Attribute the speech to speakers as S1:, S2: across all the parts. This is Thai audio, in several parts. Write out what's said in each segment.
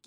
S1: เก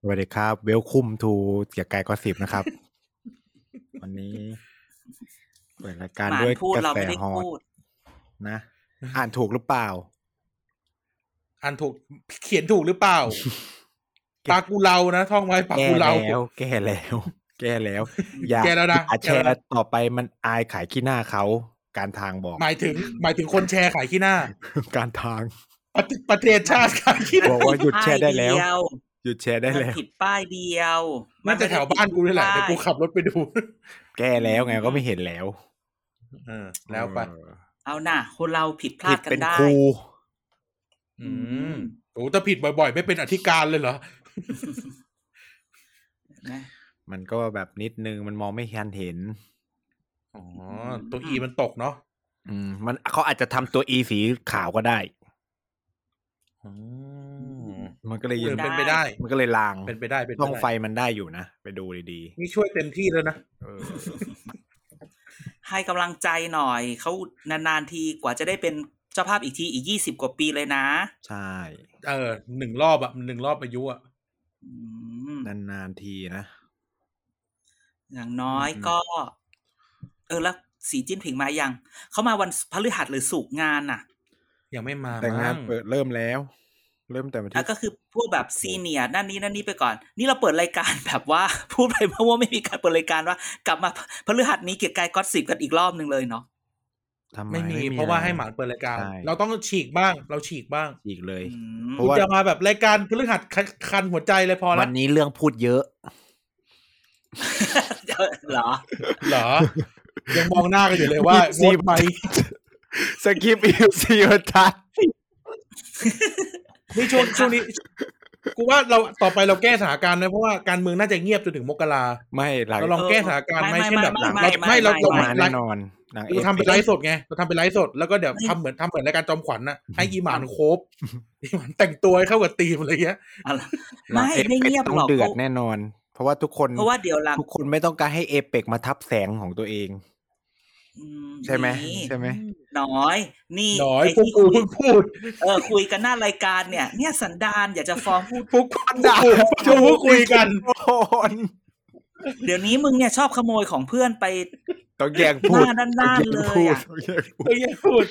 S2: สวัสดีครับ เวลคุมทูเกียร์กายก็สิบนะครับ วันนี้เปิดรายการ
S3: หมา
S2: ด้วย
S3: นพูด
S2: กระ
S3: เรา
S2: แส
S3: ไม่ได้
S2: ฮอต
S3: พูด
S2: นะ อ่านถูกหรือเปล่า
S4: อ่านถูกเขียนถูกหรือเปล่า ปากูเรานะ ท่องไว้ปา
S2: แก้
S4: กูเรา
S2: แล้ว แก้แล้ว แก้แล้ว อย่า
S4: แก้แล้วนะ
S2: อย่าแช
S4: แก้แล้ว
S2: ร์
S4: นะ
S2: ต่อไปมันอายขายขี้หน้าเขา การทางบอก
S4: หมายถึง หมายถึงคนแชร์ขายขี้หน้า
S2: การทาง
S4: ประเทประเทศชาติขายขี้ห
S2: บ
S4: น้า
S2: อกว่าหยุดแชร์ได้แล้ว
S3: ป้ายเดียว
S2: หยุดแชร์ได้
S3: มัน
S2: แล้ว
S3: ผิดป้ายเดียว
S4: น่าจะแถวบ้านกูนี่ แหละแต่
S3: ป้าย
S4: กูขับรถไปดู
S2: แก้แล้วไงก็ไม่เห็นแล้ว
S4: เออแล้วไป
S2: เออ
S3: เอาน่ะ คนเราผิดพลา
S2: ผิ
S3: ด
S2: ด
S3: กัน
S2: เป็น
S3: ได้
S2: ครู
S4: อืมโอ้แต่ผิดบ่อยๆ ไม่เป็นอธิการเลยเหรอ
S3: นะ
S2: มันก็แบบนิดนึงมันมองไม่ทันเห็น
S4: อ๋อ ตัวอีมันตกเนาะ
S2: อืมมันเขาอาจจะทำตัวอีสีขาวก็ได้
S4: อืม
S2: มันก็เลย
S4: เอ
S2: ยัง
S4: อเป็นไปได้
S2: มันก็เลยลาง
S4: เป็นไปได้เป็นปด้
S2: ช่องไฟมันได้อยู่นะ ไปดูดี
S4: นี่ช่วยเต็มที่แล้วนะ
S2: ๆเออ
S3: ให้กำลังใจหน่อย เขานานๆทีกว่าจะได้เป็นเจ้าภาพอีกทีอีกยี่สิบกว่าปีเลยนะ
S2: ใช่
S4: เออหนึ่งรอบอะหนึ่งรอบอายุอะ
S3: อืม
S2: นานๆทีนะ
S3: อย่างน้อยก็ เออแล้วสีจิ้นผิงมายัง เขามาวันพฤหัสหรือสุกร์งานน่ะ
S4: ยังไม่มา
S2: แต่งาน
S4: มั้
S2: เปิดเริ่มแล้ว เริ่มแต่วัน
S3: อ่ะ
S2: ที่
S3: ก็คือพวกแบบซีเนียร์นั่นนี้นั่นนี้ไปก่อน นี่เราเปิดรายการ แบบว่า พูดไปเพราะว่าไม่มีการเปิดรายการว่ากลับมาพฤหัสนี้เกียรติกายก็อตสิบกันอีกรอบหนึ่งเลยเนาะ
S2: ทำไม
S4: ไม่มี
S2: อ
S4: เพราะว่า
S2: ไ
S4: ให้หมานเปิดรายการ
S2: ใช่
S4: เราต้องฉีกบ้าง เราฉีกบ้าง
S2: อีกเลย
S3: อืม
S2: เพราะว่า
S4: จะมาแบบรายการพฤหัสคันคันหัวใจเลยพอละ
S2: วันนี้เรื่องพูดเยอะ
S3: เหรอ
S4: เห รอ ยังมองหน้ากันอยู่เลยว่า
S2: ยี่สิบสี่
S4: งดไหม
S2: สกิปอีกสี่บรรทัด
S4: นี่ช่วงช่วงนี้ กูว่าเราต่อไปเราแก้สถานการณ์นะเพราะว่าการเมืองน่าจะเงียบจนถึงมกรา
S2: ไม่หลัง
S4: เราลองแก้สถานการณ์ไหม
S3: ไม่
S4: เช่นแบบ
S3: ไม่
S4: หลัง
S3: ไม่
S4: เรา
S3: ไม่
S4: ไม่เรา
S3: ไม่
S4: จบ
S2: มา
S4: ไล
S2: แน่
S4: ฟ์
S2: นอนหลัง
S4: เราทำเป็นไลฟ์สดไงเราทำเป็นไลฟ์สดแล้วก็เดี๋ยวทำเหมือนทำเหมือนรายการจอมขวัญน่ะให้อีหมานโค บอีหมานแต่งตัวให้เข้ากับธีมอะไรเงี้ย
S3: อะไร
S2: หลั
S3: ไม่
S2: ง Apex
S3: ไม่เงียบ
S2: ต้อ
S3: ห
S2: ง
S3: รอก
S2: เดือด
S3: เพราะ
S2: แน่นอน เพราะว่าทุกคน
S3: เพราะว่าเดี๋ยวหลัง
S2: ทุกคนไม่ต้องการให้เอเปกมาทับแสงของตัวเอง
S3: อื
S2: ใช่ไหม
S3: นี่
S2: ใช่ไหม
S3: น้อย นี่
S4: น้อย
S3: ไอ้
S4: พวก
S3: ที่
S4: กู
S3: คุย
S4: เพิ่งพูด
S3: เออคุยกันหน้ารายการเนี่ย เนี่ยสันดานอยากจะฟ้องพูด
S4: พวกกูพวกกูคุยกัน
S2: โอน
S3: เดี๋ยวนี้มึงเนี่ยชอบขโมยของเพื่อนไป
S2: ต้องแย่งพูด
S3: หน้าด้านหน้าเลยอะ
S2: ต้องแงพูดต้องแย่งพูด
S4: เอ้ยอย่าพูด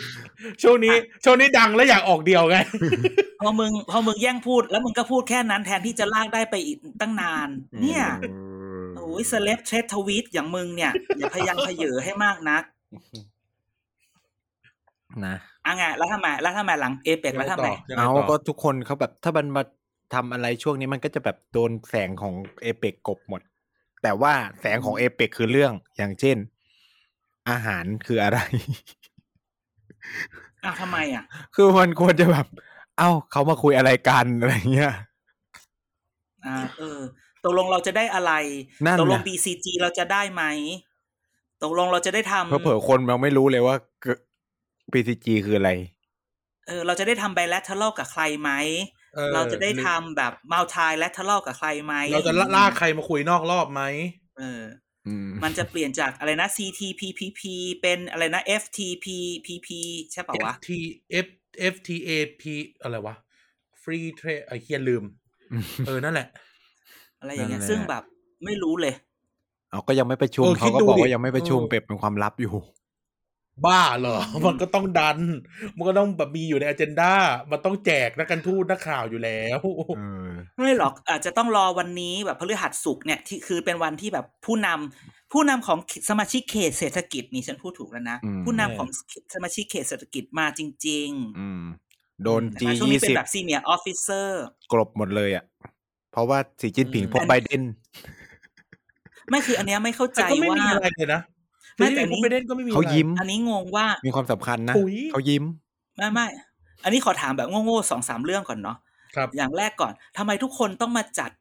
S4: ช่วงนี้ช่วงนี้ดังแล้วอยากออกเดียวไง
S3: พอมึงพอมึงแย่งพูดแล้วมึงก็พูดแค่นั้นแทนที่จะลากได้ไปอีกตั้งนาน เนี่ยโอ้ยเซเลบเทรดทวีตอย่างมึงเนี่ย อย่าพยายามพยเหยอให้มากนัก
S2: นะ
S3: อ่ะไงแล้วทำไมแล้วทำไมหลังเอเปกแล้วทำไม
S4: ยังง
S2: เอา
S4: ต่
S2: ก็ทุกคนเขาแบบถ้ามันมาทำอะไรช่วงนี้มันก็จะแบบโดนแสงของเอเปกกลบหมด แต่ว่าแสงของเอเปกคือเรื่องอย่างเช่น อาหารคืออะไร
S3: อ้าวทำไมอ่ะ
S2: คือมันควรจะแบบ เอ้าเขามาคุยอะไรกันอะไรเงี้ย
S3: อ่าเออตกลงเราจะได้อะไร
S2: นั่น
S3: ตกลง
S2: น่ะ
S3: BCG เราจะได้ไหมตกลงเราจะได้ทำ
S2: เพราะเผื่อๆคนมันไม่รู้เลยว่าปีซีจีคืออะไร
S3: เออเราจะได้ทำ bilateral กับใครไหม
S4: ออ
S3: เราจะได้ทำแบบ multilateral กับใครไหม
S4: เราจะล่ากใครมาคุยนอกรอบไหม
S3: เออ
S2: อืม
S3: มันจะเปลี่ยนจากอะไรนะ CTPPP เป็นอะไรนะ FTPPP ใช่ป่าวะ
S4: ท F F T A P อะไรวะ free trade ไอ้เฮียลืม เออ นั่นแหละ
S3: อะไรอย่างเงี้ย
S2: นั่นแหละ
S3: ซึ่งแบบไม่รู้เลย
S2: เอาก็ยังไม่ประชุม
S4: เออ
S2: เขา
S4: คิ
S2: ก็
S4: ดดู
S2: บอกว่า
S4: ดิ
S2: ยังไม่ประชุม
S4: เออ
S2: เป็ดเป็นความลับอยู่
S4: บ้าเหรอ มันก็ต้องดัน มันก็ต้องแบบมีอยู่ในอเจนดามันต้องแจกนักการทูตนักข่าวอยู่แล้ว
S2: เออ
S3: ไม่หรอกอาจจะต้องรอวันนี้แบบพฤหัสสุกร์เนี่ยที่คือเป็นวันที่แบบผู้นำผู้นำของสมาชิกเขตเศรษฐกิจนี่ฉันพูดถูกแล้วนะ
S2: อืม
S3: ผู้นำ
S4: เออ
S3: ของสมาชิกเขตเศรษฐกิจมาจริง
S2: อืม โดน
S3: ๆ
S2: G
S3: มาช่วง
S2: ยี่
S3: นี้เป็
S2: สิ
S3: น
S2: บ
S3: แบบซีเนียร์ออฟฟิเซอร์
S2: กลบหมดเลยอ่ะ เพราะว่าสีจิ้นผิง
S4: อืม
S2: พบไบเดน
S3: ไม่คืออันเนี้ยไม่เข้าใจ
S4: แต่ก็ไม่
S3: ว่า
S4: มีอะไรเลยนะ
S3: ไม่
S4: ที่
S3: แต่อันนี้
S4: คุณไปเด่นก็ไม่มี
S2: เขา
S4: อะไร
S2: ยิ้ม
S3: อันนี้งงว่า
S2: มีความสำคัญนะ
S4: อุ๊ย
S2: เขายิ้ม
S3: ไม่ไม่อันนี้ขอถามแบบโง่ๆสองสามเรื่องก่อนเนาะ
S4: ครับ
S3: อย่างแรกก่อนทำไมทุกคนต้องมาจัด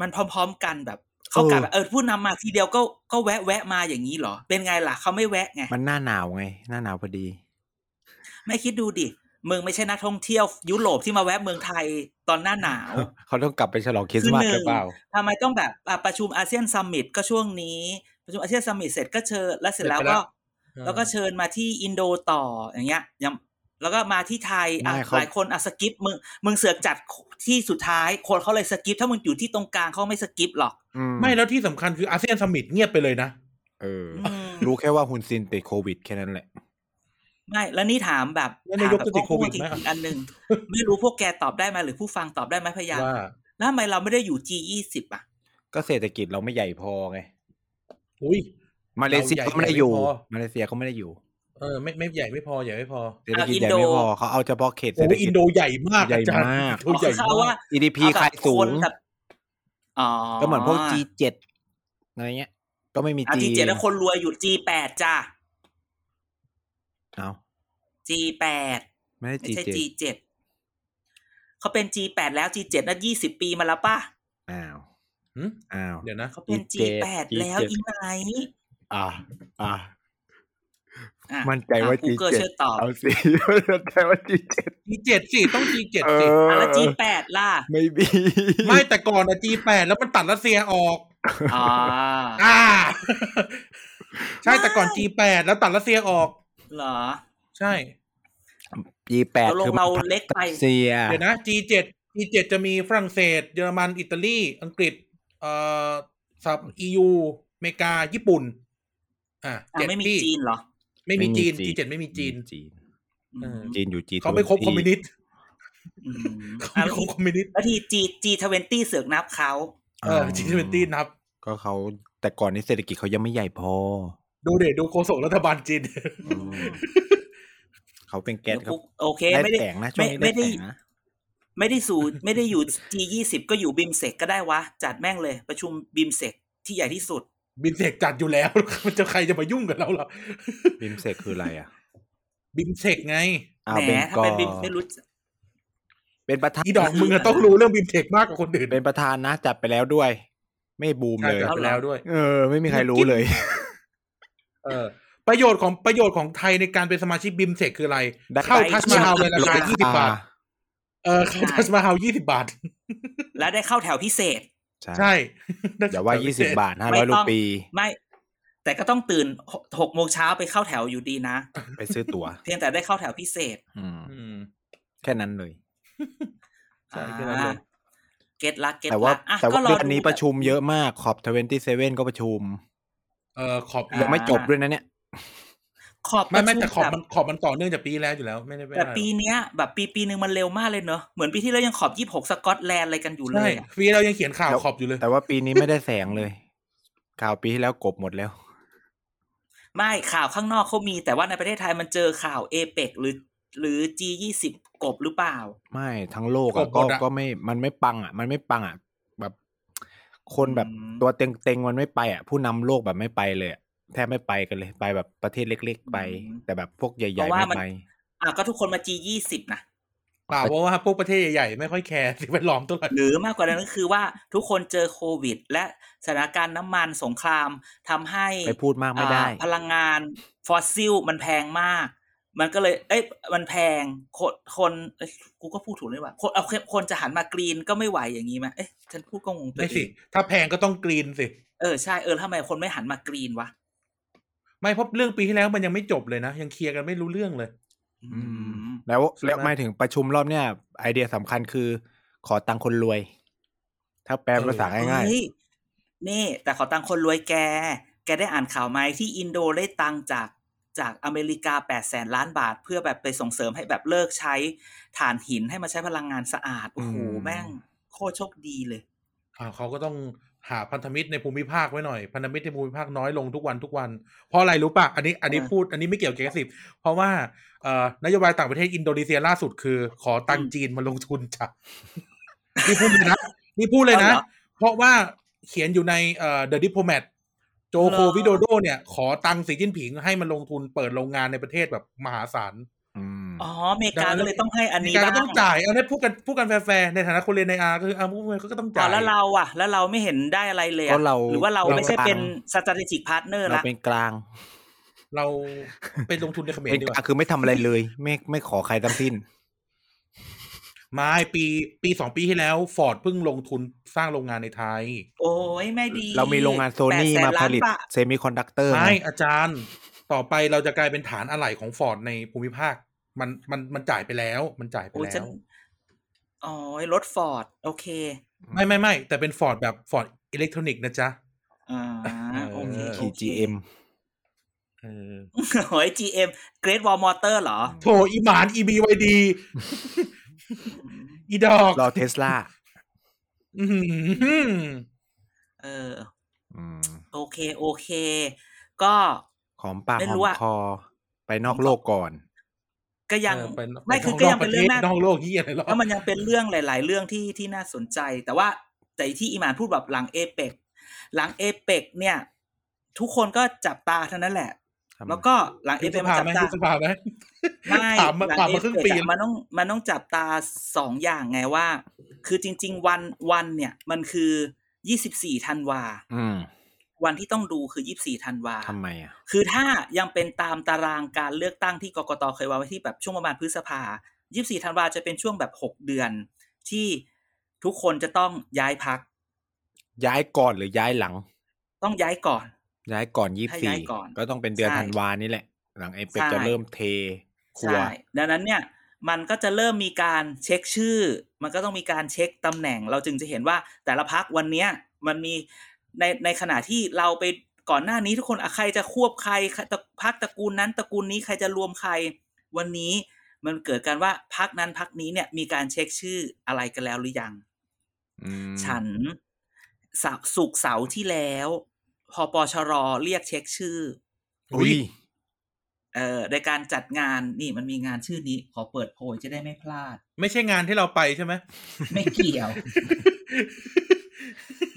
S3: มันพร้อม ๆ กันแบบ เขากลับเออผู้นำมาทีเดียวก็ก็แวะแวะมาอย่างนี้เหรอ เป็นไงล่ะเขาไม่แวะไง
S2: มันหน้าหนาวไง หน้าหนาวพอดี
S3: ไม่คิดดูดิมึงไม่ใช่นักท่องเที่ยวยุโรปที่มาแวะเมืองไทยตอนหน้าหนาว
S2: เขาต้องกลับไปฉลองคริสต์มาส
S3: คือห
S2: ห
S3: นึ่
S2: รื
S3: ง
S2: อเปล่า
S3: ทำไมต้องแบบอ่ะประชุมอาเซียนซัมมิตก็ช่วงนี้ ประชุมอาเซียนซัมมิตเสร็จก็เชิญแล้วเสร็จแล้ว
S4: เสร็จไปแล้
S3: ก็
S4: ว
S3: แล้วก็เชิญมาที่อินโดต่ออย่างเงี้ยยังแล้วก็มาที่ไทยอ่ะ
S2: ไม่เขา
S3: หลายคนอ่ะสกิปมึงมึงเสือกจัดที่สุดท้าย คนเขาเลยสกิปถ้ามึงอยู่ที่ตรงกลางเขาไม่สกิปหรอก
S2: อื
S4: ไม่แล้วที่สำคัญคืออาเซียนสมิตเงียบไปเลยนะ
S2: เออ
S3: อืม
S2: รู้แค่ว่าฮุนซินติดโควิดแค่นั้นแหละ
S3: ไม่แล้วนี่ถามแบบ
S4: แล้วนายก
S3: ถาม
S4: จะติดโควิด
S3: จ
S4: ไหม
S3: ริงๆอันหนึ่งไม่รู้พวกแกตอบได้ไหมหรือผู้ฟังตอบได้ไหมพยาน
S4: ว่า
S3: แล้วทำไมเราไม่ได้อยู่ G20 อ่ะ
S2: ก็เศรษฐกิจเราไม่ใหญ่พอไง
S4: อุ้ย
S2: มาเลเซีย
S4: เราใหญ่
S2: ก็ไม่ได้อยู่
S4: ไม่พอ
S2: มาเลเซียก็ไม่ได้อยู่
S4: เออไม่ไม่ใหญ่ไม่พอใหญ่ไม่พอ
S2: เศรษฐกิจ
S3: อิน
S2: ใหญ่
S3: โด
S2: ไม่พอเขาเอาเฉพาะเขตเศร
S4: โอ้
S2: ษฐ
S4: อิ
S2: กิจ
S4: นโดใหญ่มาก
S2: ใหญ่
S4: อาจารย์
S2: มาก
S4: อินโดใหญ่
S3: เขา
S4: มา
S3: ว่าก
S2: GDP
S3: เอาแบ
S2: ใคร
S3: บ
S2: สู
S3: ค
S2: ง
S3: นแบบอ๋อ
S2: ก็เหมือนพวก G7 อะไรเงี้ย ก็ไม่มี
S3: อ่ะ
S2: G
S3: G7 แล้วคนรวยอยู่ G8 จ้ะ
S2: เอา
S3: G8
S2: ไม่ได้
S3: ไม่ใช่
S2: G7
S3: G7 เขาเป็น G8 แล้ว G7 น่ะยี่สิบปีมาแล้วป่ะ
S2: อ้าว
S4: หืม
S2: อ้าว
S4: เดี๋ยวนะ
S3: เขาเป็น
S2: G7
S3: G8 แล้ว
S2: G7
S3: อีไหน
S2: อ่าอ่า
S3: อ่ะ
S2: มั่นใจว่า
S3: อ่ะ Google
S2: G7
S3: ช่วยตอบ
S2: เอาสิ มั่นใจว่า G7
S4: G เจ็ดสิต้อง G เจ็ด
S2: เอ
S4: สิ
S2: อ
S3: อ่ะแล้ว G8 ล่ะ
S2: ไม่มี
S4: ไม่แต่ก่อนอะ G แปดแล้วมันตัดรัสเซียออก
S3: อ๋อ
S4: อ่า ใช่แต่ก่อน G แปดแล้วตัดรัสเซียออก
S3: เหรอ
S4: ใช่
S2: ยีแปด
S3: ตกลง
S2: คือ
S3: เราเล็กไป
S2: เซีย
S4: เดี๋ยวนะ G เจ็ด G เจ็ดจะมีฝรั่งเศส เยอรมัน อิตาลี อังกฤษ เอ่อสับ EU อเมริกา ญี่ปุ่น อ่า
S3: อ่ะ
S4: เจ็ด
S3: ไม่มี
S4: ที่
S3: จีนเหรอ
S4: ไม่มี
S2: ไม่มี
S4: จีน
S2: จี
S4: G เจ็ดไม่มีจีน
S2: จีน
S3: อืม
S2: จีนอยู่จีน
S4: เขาไม่คบคอมมิวนิสต์
S3: อืม
S4: เขา
S3: อ่ะ
S4: ไม่
S3: แล้ว
S4: คบ
S3: ที่
S4: คอมมิวนิสต์
S3: แล้วที่ G G20 เสือกนับเขา
S4: เออ G เจ็ดตีนับ
S2: ก็เขาแต่ก่อนนี้เศรษฐกิจเขายังไม่ใหญ่พอ
S4: ดูเดดูโฆษกรัฐบาลจีน
S2: อืม เขาเป็นแก๊สเขา
S3: โอเค
S2: ได้
S3: ไม่ได้
S2: แสงนะช่วงนี้
S3: ไม่ไม่ได้
S2: ได้แสงนะ
S3: ไม่ได้ สู่ ไม่ได้อยู่ G20 ก็อยู่บิมเซกก็ได้วะ จัดแม่งเลย ประชุมบิมเซกที่ใหญ่ที่สุด
S4: บิมเสกจัดอยู่แล้ว มันจะใครจะมายุ่งกับเราล่ะ
S2: บิมเซกคืออะไรอ่ะ
S4: บิมเสกไง
S2: อ้าว
S3: แห
S2: เบ
S3: ม
S2: ง
S3: ถ้าก
S2: อ
S3: เป็นบิมไม่รู้จัก
S2: เป็นประธาน
S4: อีดอกมึงอะต้องรู้เรื่องบิมเทคมากกว่าคนอื่น
S2: เป็นประธานนะจัดไปแล้วด้วย ไม่บูม
S4: ใช่
S2: เลย
S4: จัดไปแล้วด้วย
S2: เออ ไม่มีใครรู้เลย
S4: เออ ประโยชน์ของประโยชน์ของไทยในการเป็นสมาชิกบิมเทคคืออะไร
S2: ได้
S4: เข้าทัชมาฮาลในราคา
S2: ลด
S4: ยี่สิบบาท เออเข้าทัชมาฮาลยี่สิบบาท
S3: และได้เข้าแถวพิเศษ
S2: ใช่
S4: ใช่
S2: เดี๋ย วว่ายี่สิบบาทห้า
S3: ไม่
S2: ร้อย
S3: ต้อง
S2: รูปี
S3: ไม่ แต่ก็ต้องตื่นหกหกโมงเช้าไปเข้าแถวอยู่ดีนะ
S2: ไปซื้อตั๋ว
S3: เพียงแต่ได้เข้าแถวพิเศษ
S2: อืม
S4: อืม
S2: แค่นั้นเลย
S4: ใช่แค่นั้นเลย
S3: เก็ตละเก็ต
S2: แต่ว่า
S3: ละอ่ะ
S2: แต่
S3: ก็
S2: ว่า
S3: อ
S2: รเดือน
S3: ดู
S2: นี้ประชุมเยอะมากขอบทเวนตี้เซเว่นก็ประชุม
S4: เออขอบ
S3: า
S2: ยังไม่จบด้วยนะ เนี่ย
S3: ขอบ
S4: ไม่ไม่
S3: ป
S4: แต่
S3: ระ
S4: ข
S3: ชุ
S4: อบมันขอบมันต่อเนื่องจากปีแล้วอยู่แล้ว ไม่ได้ไม่
S3: แต่
S4: ได้
S3: ปีเนี้ย แบบปีปีหนึ่งมันเร็วมากเลยเนอะเหมือนปีที่แล้วยังขอบยี่หกสกอตแลนด์อะไรกันอยู่เล
S4: ใช่
S3: ยอะ
S4: ปีเรายังเขียนข่าว
S2: แล้ว
S4: ขอบอยู่เลย
S2: แต่ว่าปีนี้ไม่ได้แสงเลย ข่าวปีที่แล้วกบหมดแล้ว
S3: ไม่ข่าวข้างนอกเขามี แต่ว่าในประเทศไทยมันเจอข่าวเอเปกหรือ หรือ G ยี่สิบกบหรือเปล่า
S2: ไม่ทั้งโลก
S4: ก
S2: อะ
S4: บหม
S2: ก็
S4: ดอะ
S2: ก็ไม่มันไม่ปังอ่ะ มันไม่ปังอ่ะแบบ คนแบบ
S3: อืม
S2: ตัวเต็งๆมันไม่ไปอ่ะ ผู้นำโลกแบบไม่ไปเลยอะแทบไม่ไปกันเลย ไปแบบประเทศเล็ก ๆ ไป แต่แบบพวกใหญ่
S3: เพ
S2: ๆ
S3: ราะว่า
S2: ไม่
S3: มัน
S2: ไป
S3: อ่ะก็ทุกคนมา G ยี่สิบนะ
S4: เปล่าเพราะว่าพวกประเทศใหญ่ๆไม่ค่อยแคร์สิ่งแวดล้อมเท่าไหร่
S3: หรือมากกว่านั้นก็คือว่าทุกคนเจอโควิด และสถานการณ์น้ำมันสงครามทำให้
S2: ไปพูดมากไม่ได้
S3: อ่าพลังงานฟอสซิลมันแพงมาก มันก็เลย เอ้ยมันแพงคนคนเอ้ยกูก็พูดถูกเลยว่าคนเอาคนจะหันมากรีนก็ไม่ไหวอย่างนี้ไหมเอ้ยฉันพูดก็งงตัว
S4: ไม่
S3: เอ
S4: สิ
S3: ง
S4: ถ้าแพงก็ต้องกรีนสิ
S3: เออใช่เออทำไมคนไม่หันมากรีนวะ
S4: ไม่เพราะเรื่องปีที่แล้วมันยังไม่จบเลยนะ ยังเคลียร์กันไม่รู้เรื่องเลย
S2: อืม
S3: อืม
S2: แล้ว
S4: ใช่ไหม
S2: แล้วหมายถึงประชุมรอบเนี้ยไอเดียสำคัญคือ ขอตังค์คนรวย ถ้าแปลเป็นภาษาง่าย
S3: เฮ้ยนี่ แต่ขอตังค์คนรวยแก แกได้อ่านข่าวไหมที่อินโดได้ตังค์จากจากอเมริกา8ปดแสนล้านบาท เพื่อแบบไปส่งเสริมให้แบบเลิกใช้ถ่านหินให้มาใช้พลังงานสะอาด โอ้โห แม่งโคตรโชคดีเลย
S4: อ่าเขาก็ต้องหาพันธมิตรในภูมิภาคไว้หน่อย พันธมิตรในภูมิภาคน้อยลงทุกวันทุกวัน เพราะอะไรรู้ป่ะ อันนี้อันนี้
S3: อ่า
S4: พูดอันนี้ไม่เกี่ยวกับเกสิบเพราะว่าเอ่อนโยบายต่างประเทศอินโดนีเซียล่าสุดคือ ขอตัง
S3: อื
S4: ค์
S3: ม
S4: จีนมาลงทุนจ้ะ นี่พูดเลยนะนี่พูดเลยนะ
S3: เอาเหรอ
S4: เพราะว่าเขียนอยู่ในเอ่อ The Diplomat โจ
S3: เห
S4: โค
S3: รอ
S4: วิโดโดเนี่ย ขอตังค์สีจิ้นผิงให้มันลงทุนเปิดโรงงานในประเทศแบบมหาศาล
S2: อืม
S3: อ๋ออเมริกาก็เลยต้องให้อันนี้
S4: การ
S3: บ้า
S4: ก็ต้อง
S3: ง
S4: จ่ายเอาเนี่ยพูดกันพูดกันแฟร์ๆในฐานะคนเรียนในอาก็คืออาพวกมันก็ต้อง
S3: อ๋
S4: จ่า
S3: อย แล้วเราอ่ะ แล้วเราไม่เห็นได้อะไรเลย
S2: เพ
S3: อะ
S2: ราะเรา
S3: หรือว่าเราไม่ใช่เป็น
S2: กล
S3: strategic partner
S2: างเรา
S3: ละ
S2: เป็นกลาง
S4: เราไปลงทุนในเขมร
S2: เป็น
S4: ดีก
S2: กลาง
S4: ว่า
S2: คือไม่ทำอะไรเลย ไม่ไม่ขอใครทั้งสิ้น
S4: ไม่ปีปีสองปีที่แล้วฟอร์ดเพิ่งลงทุนสร้างโรงงานในไทย
S3: โอ้ยไม่ดี
S2: เรามีโรงงานโซนี่
S3: 800,000
S2: มาผลิต
S3: ล้นบท
S2: เซมิคอนดักเตอร์
S4: ไม่อาจารย์ต่อไปเราจะกลายเป็นฐานอะไหล่ของฟอร์ดในภูมิภาค มันมันมันจ่ายไปแล้ว มันจ่ายไป
S3: โอ้ย
S4: แล้
S3: ฉัน
S4: ว
S3: อ๋อรถฟอร์ด โอเค
S4: ไม่ไม่ไม่แต่เป็นฟอร์ดแบบฟอร์ดอิเล็กทรอนิกส์นะจ๊ะ
S3: อ่า โอเค
S4: เออ
S2: ขี่ GM
S4: เออ
S3: โอ้ย GM Great Wall Motor เหรอ
S4: โถอีหมานอีบีวดี อีดอก
S2: รอเทสลา
S4: อื้อหือ
S3: เออ
S2: อืม
S3: โอเค โอเค ก็
S2: หอมปาก
S3: ไม่
S2: ห
S3: รู้
S2: อม
S3: อะ
S2: คอไปนอกโลกก่อน
S3: ก็ยัง
S4: เออป
S3: ไม่คือก็ยังเป็นเรื่องน่า
S4: นอกโลกยี่อะไรหรอ
S3: แล้วมันยังเป็นเรื่องหลาย ๆ เรื่องที่ที่น่าสนใจ แต่ว่าแต่ที่อีหมานพูดแบบหลังเอเปกหลังเอเปกเนี่ย ทุกคนก็จับตาเท่านั้นแหละ แล้วก็หลังเอ
S4: ยุบ
S3: เป
S4: ส
S3: กมั
S4: ภาน
S3: จับ
S4: ไหม
S3: ตา
S4: ยุบสภาไหม
S3: ไม่
S4: ถามมา
S3: หลัง
S4: ถาม
S3: เอ
S4: มาครึ่ง
S3: เป
S4: ปี
S3: ก
S4: แล้ว
S3: มันต้องมันต้องจับตาสองอย่างไงว่า คือจริง ๆ วันวันเนี่ยมันคือยี่สิบสี่ธันวา
S2: อืม
S3: วันที่ต้องดูคือยี่สิบสี่ธันวา
S2: ทำไมอ่ะ
S3: คือถ้ายังเป็นตามตารางการเลือกตั้งที่กกตเคยวางไว้ที่แบบช่วงประมาณพฤษภา 24 ธันวาจะเป็นช่วงแบบ 6 เดือน ที่ทุกคนจะต้องย้ายพัก
S2: ย้ายก่อนหรือย้ายหลัง
S3: ต้องย้ายก่อน
S2: ย้ายก่อนยี่
S3: ถ้า
S2: สี่
S3: ย้ายก่อน
S2: ก็ต้องเป็นเดือน
S3: ใช่
S2: ธันวานี่แหละ หลังเอเปก
S3: ใช่
S2: จะเริ่มเทครัว
S3: ใช่ดังนั้นเนี่ยมันก็จะเริ่มมีการเช็คชื่อ มันก็ต้องมีการเช็คตำแหน่ง เราจึงจะเห็นว่าแต่ละพักวันเนี้ยมันมีในในขณะที่เราไปก่อนหน้านี้ทุกคนอะใครจะควบใครใครตระพักตระกูลนั้นตระกูลนี้ใครจะรวมใครวันนี้มันเกิดการว่าพักนั้นพักนี้เนี่ยมีการเช็คชื่ออะไรกันแล้วหรือยัง
S2: อืม
S3: ฉันเสาสุกร์เสาร์ที่แล้วพอปชรเรียกเช็คชื่อ
S2: อุ้ย
S3: เอ่อในการจัดงานนี่มันมีงานชื่อนี้ ขอเปิดโพยจะได้ไม่พลาด
S4: ไม่ใช่งานที่เราไปใช่ไหม
S3: ไม่เกี่ยว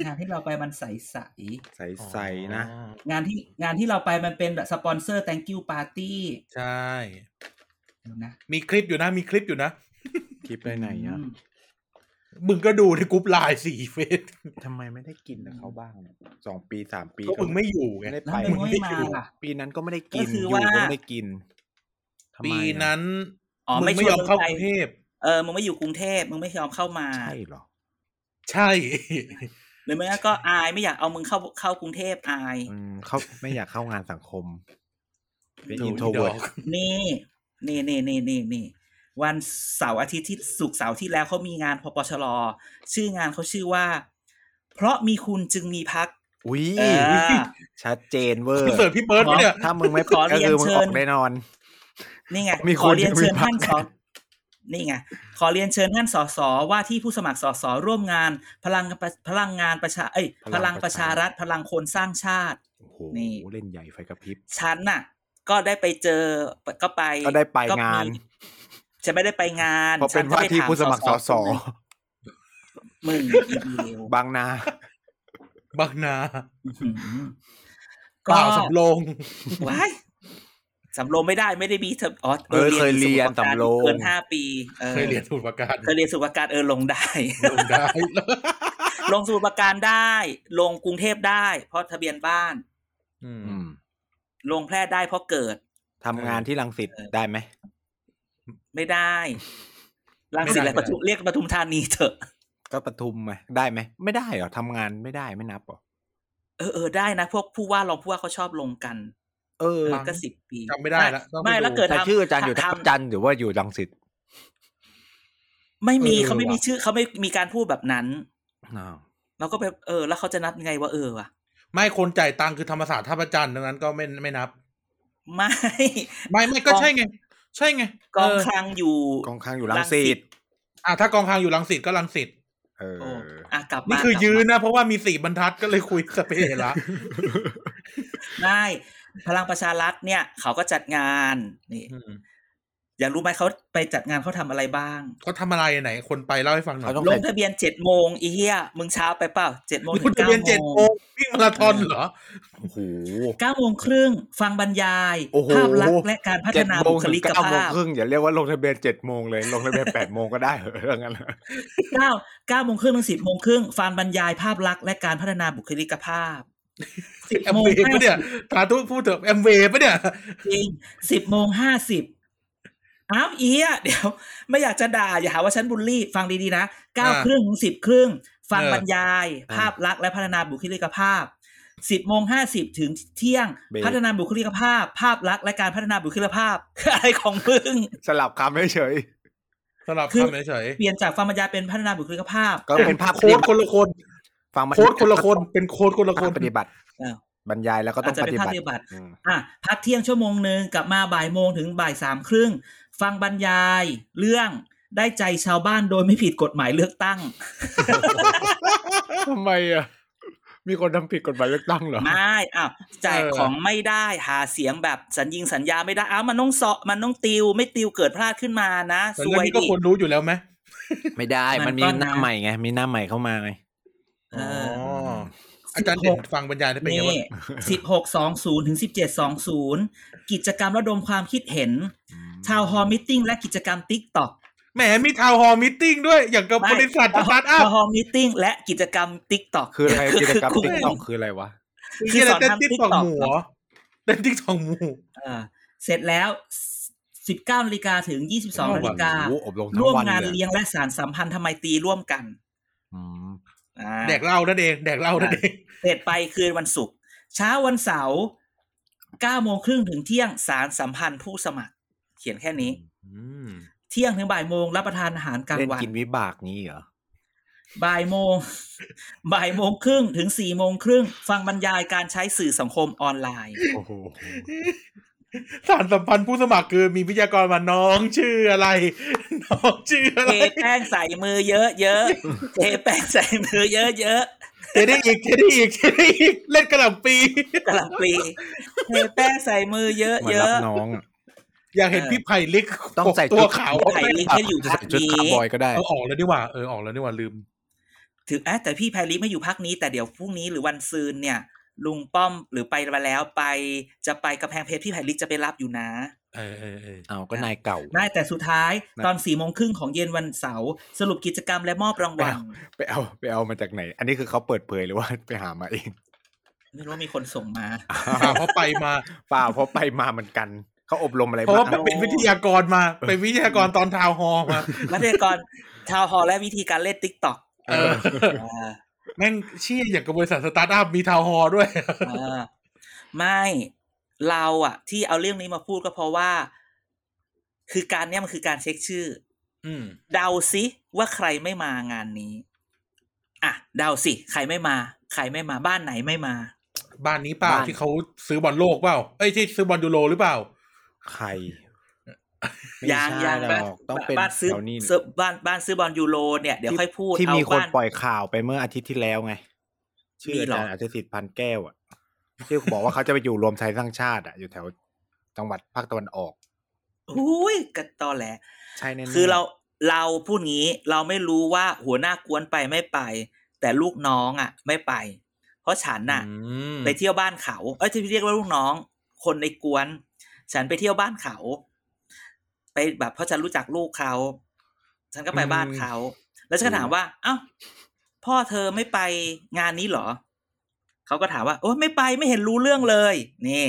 S3: งานที่เราไปมันใส
S2: ใสๆนะ
S3: ๆงานที่งานที่เราไปมันเป็นแบบสปอนเซอร์ thank you party
S4: ใช่
S3: เดี๋ยวนะ
S4: มีคลิปอยู่นะ มีคลิปอยู่นะ
S2: คลิปได้ไหนอ่ะ
S3: อืม
S4: มึงก็ดูในกรุ๊ปไลน์สี่เฟซ
S2: ทำไมไม่ได้กินกับเขาบ้างเนี่ยสองปีสามปี
S4: ก็มึงไม่อยู่ไง
S2: ไม่ได้
S3: แล้ว
S2: ไป
S3: ทำไมึงไม่มาล่ะ
S2: ปีนั้นก็ไม่ได้กิน
S3: ก็คือ
S2: อ
S3: ว่า
S2: ยู่ก็ไม่ได้กินทำไมอะ
S4: ปีนั้น
S3: อ๋อ
S4: มึง
S3: ไม่
S4: ไม่
S3: ช
S4: ย
S3: วน
S4: อม
S3: มึง
S4: เข้า
S3: ไป
S4: กรุงเทพ
S3: เออมึงไม่อยู่กรุงเทพมึงไม่ยอมเข้ามา
S2: ใช่เหรอ
S4: ใช่
S3: หรือไม่งั้นก็อายไม่อยากเอามึงเข้าเข้ากรุงเทพอาย
S2: อืมเขาไม่อยากเข้างานสังคม เป็น
S4: โดน
S2: อินโทร
S4: ด
S2: เวิ
S4: อ
S2: ร์
S4: ก
S3: นี่นี่นี่นี่นี่นี่วันเสาร์อาทิตย์ที่สุกร์เสาร์ที่แล้วเขามีงานพปชรชื่องานเขาชื่อว่า เพราะมีคุณจึงมีพัก
S2: อุ้ย
S3: เออ
S2: ชัดเจนเวอร์
S4: เสิร์ฟพี่เบิร์ดปะเนี่ย
S2: ถ้ามึงไม่
S3: ขอ
S2: ก็
S3: เรียน
S2: คือมึงออ
S3: เชิ
S2: ก
S3: ญ
S2: แน่นอน
S3: นี่ไง
S2: มี
S3: ข
S2: คุ
S3: อ
S2: ณ
S3: เรียน
S2: จึ
S3: เชิญ
S2: งมีพรรค
S3: ท่านสอนี่ไงขอเรียนเชิญท่านสสว่าที่ผู้สมัครสสร่วมงาน พลังประพลังงานประชาเอ้ยพลังประชารัฐพลังคนสร้างชาติ
S2: โอ้โห
S3: นี่
S2: เล่นใหญ่ไฟกระพริบ
S3: ฉันน่ะ ก็ได้ไปเจอก็ไป
S2: ก็ได้ไปงาน
S3: มีฉันไม่ได้ไปงาน
S2: เพราะเป็น
S3: ฉัก็
S2: ว่า
S3: ไ
S2: ที่ผู้สมัครสส
S3: มึงอีเดียว
S2: บางนา
S4: บางนา
S3: อื้อหือ
S4: เปล่าสำโรง
S3: ว้ายสำโรงไม่ได้ไม่ได้มีเทอมอ๋อ
S2: เออเคยเรียน
S3: อ
S2: สำโรง
S3: เกินห้าปีออ
S4: เคยเรียนสูตรประการ
S3: เคยเรียนสุขการเออลงได้
S4: ลงได้
S3: ลงสุขการได้ ลงกรุงเทพได้ เพราะทะเบียนบ้าน
S4: อืม
S2: อืม
S3: ลงแพร่ได้เพราะเกิด
S2: ทำงานที่ลังสิตได้ไหม
S3: ไม่ได้รังสิตและปทุมเรียกปทุมธานีเถอะ
S2: ก็ปทุมไหมได้ไหมไม่ได้เหรอทำงานไม่ได้ไม่นับเหรอ
S3: เออเออได้นะพวกผู้ว่ารองผู้ว่าเขาชอบลงกัน
S2: เออ
S3: มันก็สิบปี
S4: จำไม่ได้ละต้องไป
S3: ไม่แล้ว
S4: ดู
S3: เกิด
S2: แต่
S3: ทำ
S2: ชื่ออาจารย์อยู่ทั
S3: ทำ
S2: บจันทร์หรือว่าอยู่ลังสิต
S3: ไม่มี
S4: เออ
S3: เขาไม่มี
S4: ว่ะ
S3: ชื่อเขาไม่มีการพูดแบบนั้น
S2: อ้าว
S3: เราก็แบบเออ แล้วเขาจะนับยังไงว่าเออวะ
S4: ไม่คนจ่ายตังค์คือธรรมศาสตร์ท่าประจันทร์ดังนั้นก็ไม่ไม่นับ
S3: ไม่
S4: ไม่ไม่ก็ใช่ไง ใช่ไง
S3: กอง
S4: เ
S3: คลังอยู่
S2: กองค้างอยู่ลังสิ
S3: รังสิ
S2: ต
S3: ต
S4: อ่ะถ้ากองคลังอยู่ลังสิตก็ลังสิต
S2: เออ
S3: โอ้อ่ะกลับมา
S4: นี่คือยื
S3: ก
S4: น
S3: ลับ
S4: นะ เพราะว่ามีสี่บรรทัดก็เลยคุยสเปรละ
S3: มาได้ พลังประชารัฐเนี่ย เขาก็จัดงานนี่ อยากรู้ไหมเขาไปจัดงานเขาทำอะไรบ้าง
S4: เขาทำอะไรไหน คนไปเล่าให้ฟังหน่อย
S2: เขาต้อง
S3: ล
S2: ใส่
S3: งทะเบียนเจ็ดโมงอีเหี้ยมึงเช้าไปเปล่าเจ็ดโมง
S4: ล
S3: ถึง
S4: งทะ
S3: เก้า
S4: เบียน
S3: โม
S4: เจ็ดโม
S3: ง
S4: งวิ่งมาราธอนเหรอ
S2: โอ้โห
S3: เก้าโมงครึ่งฟังบรรยาย
S2: โอ้โห
S3: ภาพลักษณ์และการพัฒ
S2: เจ็ด
S3: นา
S2: โมง
S3: บุค
S2: ถึง
S3: ลิก
S2: เก้าโมง
S3: ภาพ
S2: ครึ่งอย่าเรียกว่าลงทะเบียนเจ็ดโมงเลย ลงทะเบียนแปดโมงก็ได้เหรอเรื่อง นั้นอะ
S3: เก้าเก้าโมงครึ่งถึงสิบโมงครึ่งฟังบรรยายภาพลักษณ์และการพัฒนาบุคลิกภาพสิบ
S4: แอม
S3: โมง
S4: เวย์ปะเนี่ยตาทุพูดเถอะแอมเวย์ปะเนี่ย
S3: จริงสิบโมงห้าสิบอ้าวอีอ่ะเดี๋ยว ไม่อยากจะด่าอย่าหาว่าฉันบูลลี่ ฟังดีๆนะเก้า
S4: อ่า
S3: ครึ่งถึงสิบครึ่งฟัง
S4: เออ
S3: บรรยาย ภาพลักษณ์และพัฒนาบุคลิกภาพสิบโมงห้าสิบถึงเที่ยง พัฒนาบุคลิกภาพ ภาพลักษณ์และการพัฒนาบุคลิกภาพ อะไรของมึง
S2: สลับคำเฉย
S4: สำหรับ
S3: คือ
S4: คำเฉย
S3: เปลี่ยนจากฟาร์มยาเป็นพัฒนาบุคลิกภาพ
S2: ๆก็เป็นภาพ
S4: โค้ดคนละคน
S2: ฟังมา
S4: โค้ดคนละคน เป็นโค้ดคนละค
S2: ภาน พปฏิบัติ
S3: อ้าว
S2: บรรยายแล้วก็ต้
S3: อา
S2: อ
S3: จ
S2: ง
S3: จะ
S2: ป
S3: เป็น
S2: ฏิ
S3: ภาพ
S2: บั
S3: ป
S2: ติ
S3: ฏิบัติ
S2: อืม
S3: อ่ะพักเที่ยงชั่วโมงหนึ่งกลับมาบ่ายโมงถึงบ่ายสามครึ่งฟังบรรยาย เรื่องได้ใจชาวบ้านโดยไม่ผิดกฎหมายเลือกตั้ง
S2: ทำไมอ่ะ มีคนทำผิดกฎหมายเลือกตั้งเหรอ
S3: ไม่อ้าวแจก
S4: เออ
S3: ของไม่ได้หาเสียงแบบสัญญิงสัญญาไม่ได้อ้าวมันต้องเสาะมันต้องติว ไม่ติวเกิดพลาดขึ้นมานะ
S4: แต่
S3: ซ
S4: เรื่
S3: ว
S4: อง
S3: ย
S4: นี้ก็
S3: ดิ
S4: ควรรู้อยู่แล้วไหม
S2: ไม่ได้
S3: มั
S2: มัน น
S3: ก็
S2: มีห
S3: นะ
S2: น้าใหม่ไง มีหน้าใหม่เข้ามาไง
S3: เออ
S4: อ๋อ
S2: อ
S4: อาจารย์เด่นฟังบรรยายได้เป็นไง
S3: นี่
S4: วะ
S3: สิบหกสองศูนย์ถึงสิบเจ็ดสองศูนย์กิจกรรมระดมความคิดเห็น ชาวฮอมิทติ้งและกิจกรรมติ๊กต็อก
S4: แหมมีทาวน์ฮอลล์มิทติ้งด้วย อย่างกับบริษัทสตาร์ทอัพ
S3: ฮอมิทติ้งและกิจกรรมติ๊กต็อก
S2: คืออะไรกิจกรรม
S3: คือ
S2: ติ๊กต็อกคืออะไรวะ
S3: คือ
S4: ที่
S3: สอน
S4: เต้น
S3: ทำ
S4: ติ๊ก
S3: TikTok
S4: สองหมูเหรอเต้นติ๊กสองหมู
S3: เสร็จแล้วสิบเก้านาฬิกาถึงยี่สิบสองนาฬิกา
S2: โอ้โหอบรมทั้ง
S3: ร่วม
S2: วัน
S3: งาน
S2: เลย
S3: เลี้ยงและสารสัมพันธ์ทำไมตรีร่วมกัน
S2: อืม
S3: อ่า
S4: แดกเหล้านั่นเองแดกเหล้านั่นเอง
S3: เสร็จไปคืนวันศุกร์เช้าวันเสาร์เก้าโมงครึ่งถึงเที่ยงสารสัมพันธ์ผู้สมัคร เขียนแค่นี้
S2: อืม
S3: เที่ยงถึงบ่ายโมงรับประทานอาหารกลาง
S2: เล่น
S3: วัน
S2: กินวิบากนี้เหรอ
S3: บ่ายโมง บ่ายโมงครึ่งถึงสี่โมงครึ่งฟังบรรยายการใช้สื่อสังคมออนไลน์
S2: โอ้โห
S4: สารสัมพันธ์ผู้สมัครคือมีวิทยากรมาน้องชื่ออะไร น้องชื่ออะ
S3: เท
S4: ไร
S3: แป้งใส่มือเยอะเยอะๆเทแป้งใส่มือเยอะเยอะ
S4: เทได้อีกเทได้อีกเทได้อีกเล่นกระหล่ำปี
S3: ๆกะหล่ำปลีเทแป้งใส่มือเยอะ
S2: มา
S3: เย
S2: รั
S3: อะ
S2: บน้องอะ
S4: อยากเห็น
S3: เออ
S4: พี่ไผ่ลิก
S2: ต้องใส่
S4: ตัว
S2: ชุด
S4: ขาว
S3: ไผ่ลิกไม่อยู่พัก
S2: ใส่ชุด
S3: นี้
S2: คาร์บอยก็ได้
S4: เอาออกแล้วนี่หว่าเออออกแล้วนี่หว่าลืม
S3: ถึงเอ๊ะแต่พี่ไผ่ลิกไม่อยู่พักนี้ แต่เดี๋ยวพรุ่งนี้หรือวันซืนเนี่ย ลุงป้อมหรือไปมาแล้วไปจะไปกำแพงเพชรพี่ไผ่ลิกจะไปรับอยู่นะ
S4: เออเออเออ
S2: เอาก็นายเก่า
S3: ได้แต่สุดท้าย
S2: นะ
S3: ตอนสี่โมงครึ่งของเย็นวันเสาร์สรุปกิจกรรมและมอบราง วัล
S2: ไปเอาไปเอามาจากไหน อันนี้คือเขาเปิดเผยหรือว่า ไปหามาเอง
S3: ไม่รู้ว่ามีคนส่งมา
S4: อ่าเพราะไปมา
S2: เปล่าเพราะไปมาเหมือนกัน เขาอบรมอะไร
S4: เพราะ
S2: บ้า
S4: ว่าง
S3: โอ้
S4: เป็นวิทยากรมา เป็นวิทยากรตอนทาวน์ฮอลล์มา
S3: วิทยากรชาวฮอลและวิธีการเล่นติ๊กต็อก
S4: เออแม่งเชี่ยอย่างกับบริษัทสตาร์ทอัพมีทาวน์ฮอลล์ด้วย
S3: ไม่เราอะที่เอาเรื่องนี้มาพูดก็เพราะว่า คือการเนี้ยมันคือการเช็คชื่อ
S4: อืม
S3: เดาสิว่าใครไม่มางานนี้ อ่ะเดาสิ ใครไม่มา ใครไม่มาบ้านไหนไม่มา
S4: บ้านนี้เปล่า
S3: บ้าน
S4: ที่เขาซื้อบอลโลกเปล่าเอ้ยที่ซื้อบอลยูโรหรือเปล่า
S2: ใคร
S3: ยาง
S2: ไม่ใช่
S3: ยาง
S2: หร
S3: บ้าน
S2: อกต้องเป็น
S3: บ้านซื้อ
S2: แถวนี้
S3: ซื้อบ้านบ้านซื้อบอลยูโรเนี่ยเดี๋ยวค่อยพูด
S2: ที่
S3: เอา
S2: มีคน
S3: บ้าน
S2: ปล่อยข่าวไปเมื่ออาทิตย์ที่แล้วไง ชื่อ
S3: มี
S2: อา
S3: เหรอ
S2: จารย์อธิสิทธิ์พันแก้วอ่ะที่บอกว่าเขาจะไปอยู่รวมไทยสร้างชาติอ่ะอยู่แถวจังหวัดภาคตะวันออก
S3: อุ้ยกระตอแหละ
S2: ใช่แน่ๆ
S3: คือเราเราพูดงี้เราไม่รู้ว่าหัวหน้ากวนไปไม่ไป แต่ลูกน้องอ่ะ ไม่ไป เพราะฉันน่ะ
S4: อืม
S3: ไปเที่ยวบ้านเขา เอ้ยที่เรียกว่าลูกน้อง คนในกวน ฉันไปเที่ยวบ้านเขา ไปแบบเพราะฉันรู้จักลูกเขา ฉันก็ไปบ้านเขา แล้วฉันก็ถามว่า เอ้า พ่อเธอไม่ไปงานนี้เหรอ เขาก็ถามว่า โอ้ไม่ไปไม่เห็นรู้เรื่องเลย นี่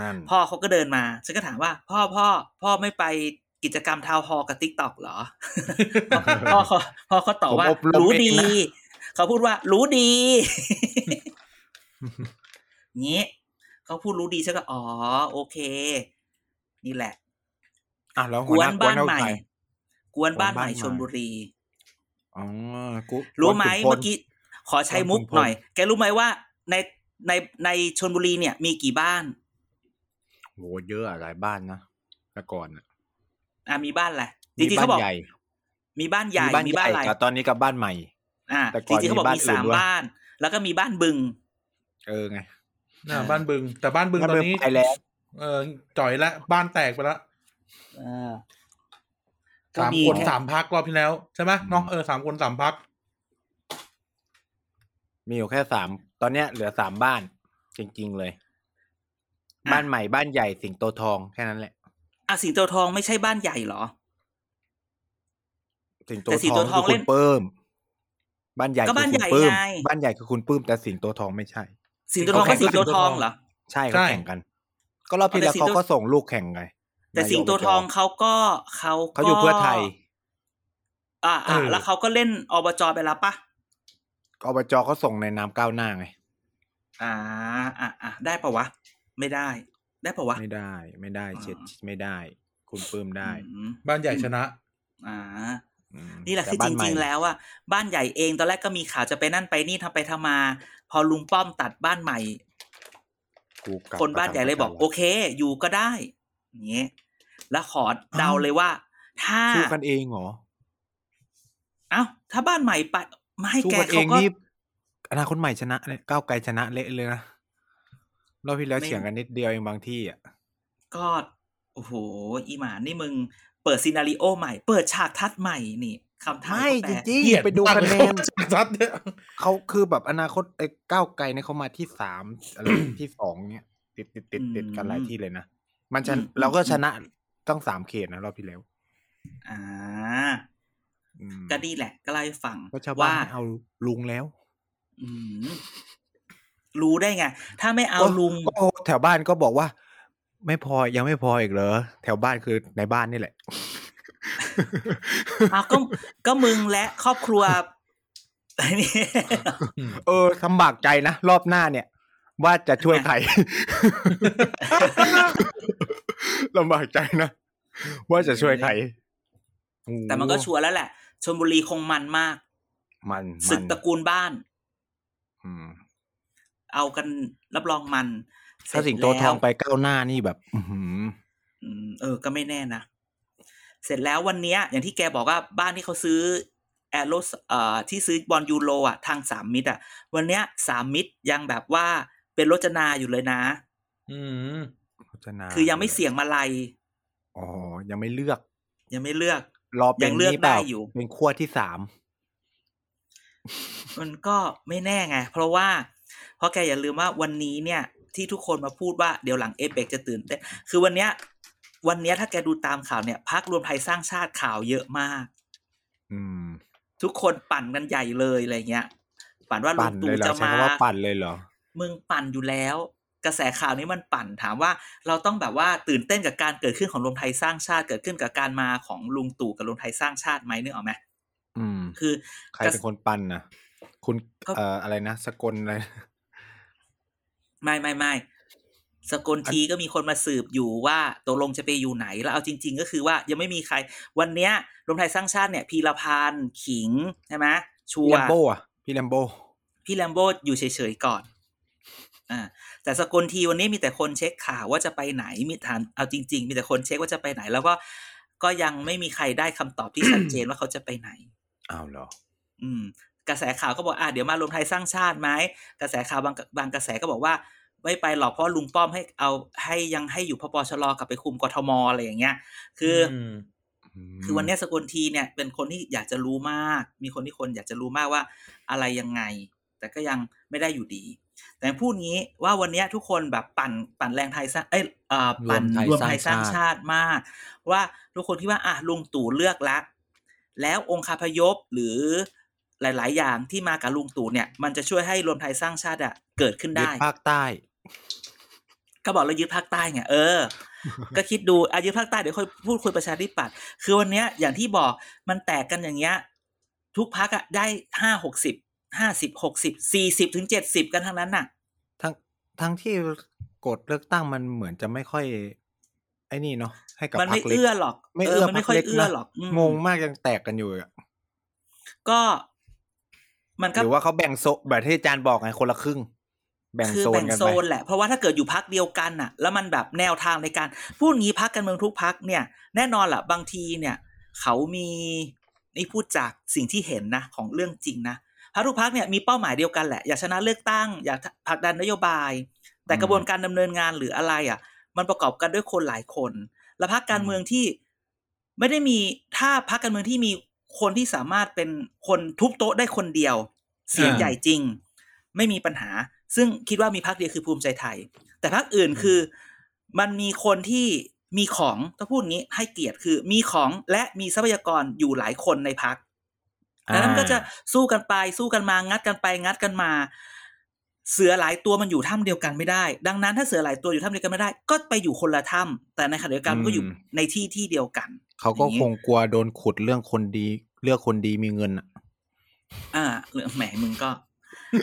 S2: นั่น
S3: พ่อเขาก็เดินมา ฉันก็ถามว่า พ่อพ่อ พ่อไม่ไปกิจกรรมทาวน์ฮอลล์กับติ๊กต็อกเหรอ พ่อเขาพ่อเขาตอบว่า
S2: ผมอบรม
S3: รู้
S2: เอ
S3: ดี
S2: งนะ
S3: เขาพูดว่า รู้ดี งี้เขาพูดรู้ดีฉันก็อ๋อ โอเค นี่แหละ
S2: อ่ะแล้ว
S3: ก
S2: หัว
S3: ว
S2: ห
S3: น
S2: น้ากว
S3: บ้าน น
S2: เอา
S3: ใหม่
S2: ใคร
S3: กวนบ้าน
S2: กวน
S3: ให
S2: บ้าน
S3: ม่
S2: ใหม่
S3: ชลบุรี
S2: อ๋อกู
S3: รู้ไหม
S2: กวนขุนพล
S3: เมื่อกี้ขอใช้
S2: กวน
S3: มุก
S2: ขุนพล
S3: หน่อย แกรู้ไหมว่า ในในในชลบุรีเนี่ย มีกี่บ้าน
S2: โหเยอะอะหลายบ้านนะแต่ก่อนอะ
S3: อ่ะมีบ้านแหละไรจ
S2: มี
S3: ริงๆ
S2: บ้า
S3: เขาบอน ก
S2: ใหญ่
S3: มีบ้านใหญ่
S2: มีบ้าน
S3: มี
S2: ให
S3: บ้า
S2: ญ่
S3: นอะไร
S2: กับตอนนี้กับบ้านใหม่
S3: อ่า
S2: แต่
S3: จ
S2: ก่อน
S3: ริงๆเขาบอก
S2: มี
S3: มี
S2: บ้าน
S3: สาม
S2: อื่นด้วย
S3: บ้าน แล้วก็มีบ้านบึง
S2: เออไง
S4: น่าบ้านบึง แต่บ้านบึง
S2: งั้น
S4: ตอน
S2: เดิ
S4: นี้
S2: ไปแล้ว
S4: เออจ่อยละบ้านแตกไปละ
S3: ก็
S4: สาม
S3: มี
S4: คน
S3: แค่
S4: สามพักรอบที่แล้วใช่ไหมเนาะเออสามคนสามพัก
S2: มีอยู่แค่สามตอนเนี้ยเหลือสามบ้าน จริง ๆ เลย
S3: ะ
S2: บ้านใหม่บ้านใหญ่สิงโตทองแค่นั้นแหละ
S3: อ่ะสิงโตทองไม่ใช่บ้านใหญ่เหรอ
S2: สิงโต
S3: แต่สิงโต
S2: ทอง
S3: ทอง
S2: คือ
S3: เล่
S2: คุ
S3: น
S2: ณเปิ้มบ้านใหญ่
S3: ก็บ้าน
S2: คือ
S3: ใหญ่
S2: คุณปลื้ม
S3: ไง
S2: บ้านใหญ่คือคุณปลื้มแต่สิงโตทองไม่ใช่
S3: สิงโตทองก็สิงโตทองเหรอ
S2: ใช่เขาแข่งกัน ก็รอบที่
S3: แต่
S2: แล้ว
S3: สิง
S2: เขา
S3: โต
S2: ก็ส่งลูกแข่งไง
S3: แต่สิงโตทองเขาก็เขาก็
S2: เขาอยู่เพื่อไทย
S3: อ่ะอ่ะแล้วเขาก็เล่นอบจไปแล้วปะ
S2: อบจเขาส่งในนามก้าวหน้าไง
S3: อ่าอ่ะอ่ะได้ปะวะ ไม่ได้ ได้ปะวะ
S2: ไม่ได้ไม่ได้เช็ด
S3: อ่า
S2: ไม่ได้ คุณปลื้มได้
S3: อืม
S4: บ้านใหญ่ชนะ
S3: อ่า
S2: อืม
S3: นี่แหละ
S2: ต่
S3: คือ
S2: บ้า
S3: จ
S2: นใหม่
S3: ริง ๆ แล้วอ่ะบ้านใหญ่เองตอนแรกก็มีข่าวจะไปนั่นไปนี่ทำไปทำมา พอลุงป้อมตัดบ้านใหม่
S2: กูกลั
S3: คนบ้าน
S2: ม
S3: ใหญ่เลยบอก
S2: ทำ
S3: โอเค อยู่ก็ได้อย่างเงี้ยแล้วขอเดาเลยว่า ถ้า
S2: สู้กันเองเหรอ
S3: เอ้าถ้าบ้านใหม่ไปไม่ให้
S2: สู้
S3: แก
S2: กันเอ
S3: เขา
S2: ง
S3: ก็
S2: นี่อนาคตใหม่ชนะเนี่ยก้าวไกลชนะเละเลยนะรอบที่แล้ว
S3: ไม่
S2: เฉียงกันนิดเดียวเองบางที่อ่ะ
S3: ก็โอ้โหอีหมานี่มึง เปิดซีนารีโอใหม่ เปิดฉากทัดใหม่นี่คำท้า
S2: ไม่
S3: ย
S2: จ
S3: เขาแปล
S2: ริง
S4: เกลียด
S2: ๆไปดู
S4: มาก
S2: คะแนน
S4: ซัดเนี่ย
S2: เขาคือแบบอนาคตไอ้ก้าวไกลเนี่ยเขามาที่สาม อะไรที่สองเนี่ย ติดติดติดติดกันหลายที่เลยนะ มันชนะเราก็ชนะตั้งสามเขตนะรอบที่แล้ว
S3: อ่า
S2: อืม
S3: ก็นี่แหละก็เล่าให้ฟัง
S2: ก็ชาวบ้า
S3: ว่า
S2: นไม่เอาลุงแล้ว
S3: อืมรู้ได้ไง ถ้าไม่เอา
S2: ก็
S3: ลุง
S2: ก็แถวบ้านก็บอกว่า ไม่พอยังไม่พออีกเหรอแถวบ้านคือในบ้านนี่แหละ
S3: อ้าวก็ก็มึงและครอบครัว ไอ้ นี่
S2: เออลำบากใจนะ รอบหน้าเนี่ย ว่าจะช่วยใคร ลำบากใจนะว่าจะช่วยใคร
S3: แต่มันก็ชัวร์แล้วแหละชนบุรีคงมันมาก
S2: มัน
S3: ศึก
S2: มัน
S3: ตระกูลบ้าน
S2: อืม
S3: เอากันรับรองมัน
S2: ถ้าสิงโต
S3: เร็จแล้ว
S2: ทองไปก้าวหน้านี่แบบ อื้อหือ
S3: อืมเออ ก็ไม่แน่นะ เสร็จแล้ววันเนี้ย อย่างที่แกบอกว่าบ้านที่เขาซื้อแอโรสเอ่อที่ซื้อบอลยูโรอ่ะทางสามมิตรอ่ะ วันเนี้ยสามมิตรยังแบบว่าเป็นรจนาอยู่เลยนะ
S4: อืม
S2: พจนา
S3: คือยังไม่เสี่ยงมาลัย
S2: อ๋อ ยังไม่เลือก
S3: ยังไม่เลือก
S2: รอเป็
S3: ยั
S2: น
S3: งเลือก
S2: นี่เปล่า
S3: ได้อยู่
S2: เป็นขั้วที่สาม
S3: มันก็ไม่แน่ไง เพราะว่า เพราะแกอย่าลืมว่าวันนี้เนี่ย ที่ทุกคนมาพูดว่าเดี๋ยวหลังเอเปกจะตื่นเต้นคือวันเนี้ย วันเนี้ยถ้าแกดูตามข่าวเนี่ยพักรวมไทยสร้างชาติข่าวเยอะมาก
S2: อืม
S3: ทุกคนปั่นกันใหญ่เลยอะไรเงี้ย ปั่นว่าลุ
S2: ปั่น
S3: ง
S2: เล
S3: ตู่
S2: ยเหรอ
S3: จะ
S2: ใช้
S3: มา
S2: คำว่าปั่นเลยเหรอ
S3: มึงปั่นอยู่แล้ว กระแสข่าวนี้มันปั่นถามว่า เราต้องแบบว่าตื่นเต้นกับการเกิดขึ้นของรวมไทยสร้างชาติ เกิดขึ้นกับการมาของลุงตู่กับรวมไทยสร้างชาติไหมนึกออกไหม
S2: อืม
S3: คือ
S2: ใครเป็นคนปั่นนะคุณ
S3: ก็
S2: เอ่ออะไรนะสกลอะไร
S3: ไม่ไม่ไม่สกลทีก็มีคนมาสืบอยู่ว่าตกลงจะไปอยู่ไหน แล้วเอาจริง ๆ ก็คือว่ายังไม่มีใคร วันเนี้ยรวมไทยสร้างชาติเนี่ย พีรพันธ์ขิงใช่ไหมชั
S2: พี่
S3: ว
S2: แลม
S3: ร์
S2: โบอ่ะ พี่แลมโบ
S3: พี่แลมโบอยู่เฉยๆก่อนอ่าแต่สกลทีวันนี้มีแต่คนเช็คข่าวว่าจะไปไหนมีถามเอาจริง ๆ มีแต่คนเช็คว่าจะไปไหน แล้วก็ก็ยังไม่มีใครได้คำตอบที่ ชัดเจนว่าเขาจะไปไหน
S2: อ้าวเหรอ
S3: อืม กระแสข่าวก็บอกอ่ะเดี๋ยวมารวมไทยสร้างชาติไหมกระแสข่าวบางบางกระแสก็บอกว่า ไม่ไปหรอกเพราะลุงป้อมให้เอาให้ยังให้อยู่พปชรกลับไปคุมกทมอะไรอย่างเงี้ย คืออ
S4: ม
S3: คือวันเนี้ยสกลทีเนี่ย เป็นคนที่อยากจะรู้มาก มีคนที่คนอยากจะรู้มากว่าอะไรยังไง แต่ก็ยังไม่ได้อยู่ดี แต่พูดงี้ว่าวันเนี้ยทุกคนแบบปั่นปั่นแรงไทยสร้างเอ้ยเอ่อปั่นร
S2: ร
S3: ว
S2: ว
S3: ม
S2: ม
S3: ไท
S2: ไท
S3: ย
S2: ย
S3: ส
S2: ส
S3: ร้า
S2: ร้าง ง
S3: ชา
S2: ชาติ
S3: ติมาก ว่าทุกคนคิดว่าอ่ะลุงตู่เลือกละแล้วองค์คาพยพหรือหลาย ๆ อย่างที่มากับลุงตู่เนี่ย มันจะช่วยให้รวมไทยสร้างชาติอะเกิดขึ้น
S2: ยึด
S3: ได้
S2: ภาคใต้
S3: ก็บอกเรายึดภาคใต้ไงเอ อ ก็คิดดูอายึดภาคใต้เดี๋ยวค่อยพูดคุยประชาธิปัตย์คือวันเนี้ยอย่างที่บอกมันแตกกันอย่างเงี้ย ทุกพักอะได้ห้าหกสิบห้าสิบหกสิบสี่สิบถึงเจ็ดสิบกันทั้งนั้นน่ะ
S2: ทั้งทั้งที่กฎเลือกตั้งมันเหมือนจะไม่ค่อย ไอ้นี่เนาะให้กับ
S3: มัน
S2: พร
S3: ไม่
S2: รคเล็ก
S3: เอื้อหรอก
S2: ไม่
S3: เอ
S2: เอื้
S3: อ
S2: อ
S3: มัน
S2: พร
S3: ไม่
S2: รค
S3: ค่อย
S2: เล็ก
S3: เอื้อ
S2: นะ
S3: หรอกอืม
S2: งงมากยังแตกกันอยู่อะ
S3: ก็มันก็
S2: หรือว่าเขาแบ่งโซนแบบที่อาจารย์บอกไงคนละครึ่ง แบ่ง
S3: คือ
S2: โซน
S3: แบ่ง
S2: กัน
S3: โซ
S2: ไป
S3: นแหละ เพราะว่าถ้าเกิดอยู่พักเดียวกันน่ะ แล้วมันแบบแนวทางในการพูดงี้พักการเมืองทุกพักเนี่ย แน่นอนล่ะ บางทีเนี่ย เขามีนี่พูดจากสิ่งที่เห็นนะ ของเรื่องจริงนะพักทุกพักเนี่ยมีเป้าหมายเดียวกันแหละ อยากชนะเลือกตั้ง อยากผลักดันนโยบาย แต่กระบวนการดำเนินงานหรืออะไรอ่ะ มันประกอบกันด้วยคนหลายคน และพักการเมืองที่ ไม่ได้มีถ้าพรรคการเมืองที่มีคนที่สามารถเป็นคนทุบโต๊ะได้คนเดียว เสียง
S4: อ่า
S3: ใหญ่จริง ไม่มีปัญหา ซึ่งคิดว่ามีพรรคเดียวคือภูมิใจไทย แต่พรรคอื่นคือ มันมีคนที่มีของต้องพูดงี้ให้เกียรติคือ มีของและมีทรัพยากรอยู่หลายคนในพรรค
S2: อ่า
S3: แล้วมันก็จะสู้กันไปสู้กันมางัดกันไปงัดกันมา เสือหลายตัวมันอยู่ถ้ำเดียวกันไม่ได้ ดังนั้นถ้าเสือหลายตัวอยู่ถ้ำเดียวกันไม่ได้ ก็ไปอยู่คนละถ้ำแต่ในขณะเดียวกันมันก็อยู่
S2: อืม
S3: ในที่ที่เดียวกัน
S2: เขาก็
S3: อย่างงี้
S2: คงกลัวโดนขุดเรื่องคนดี เลือกคนดีมีเงินอะ
S3: อ่าเหลือแหมมึงก็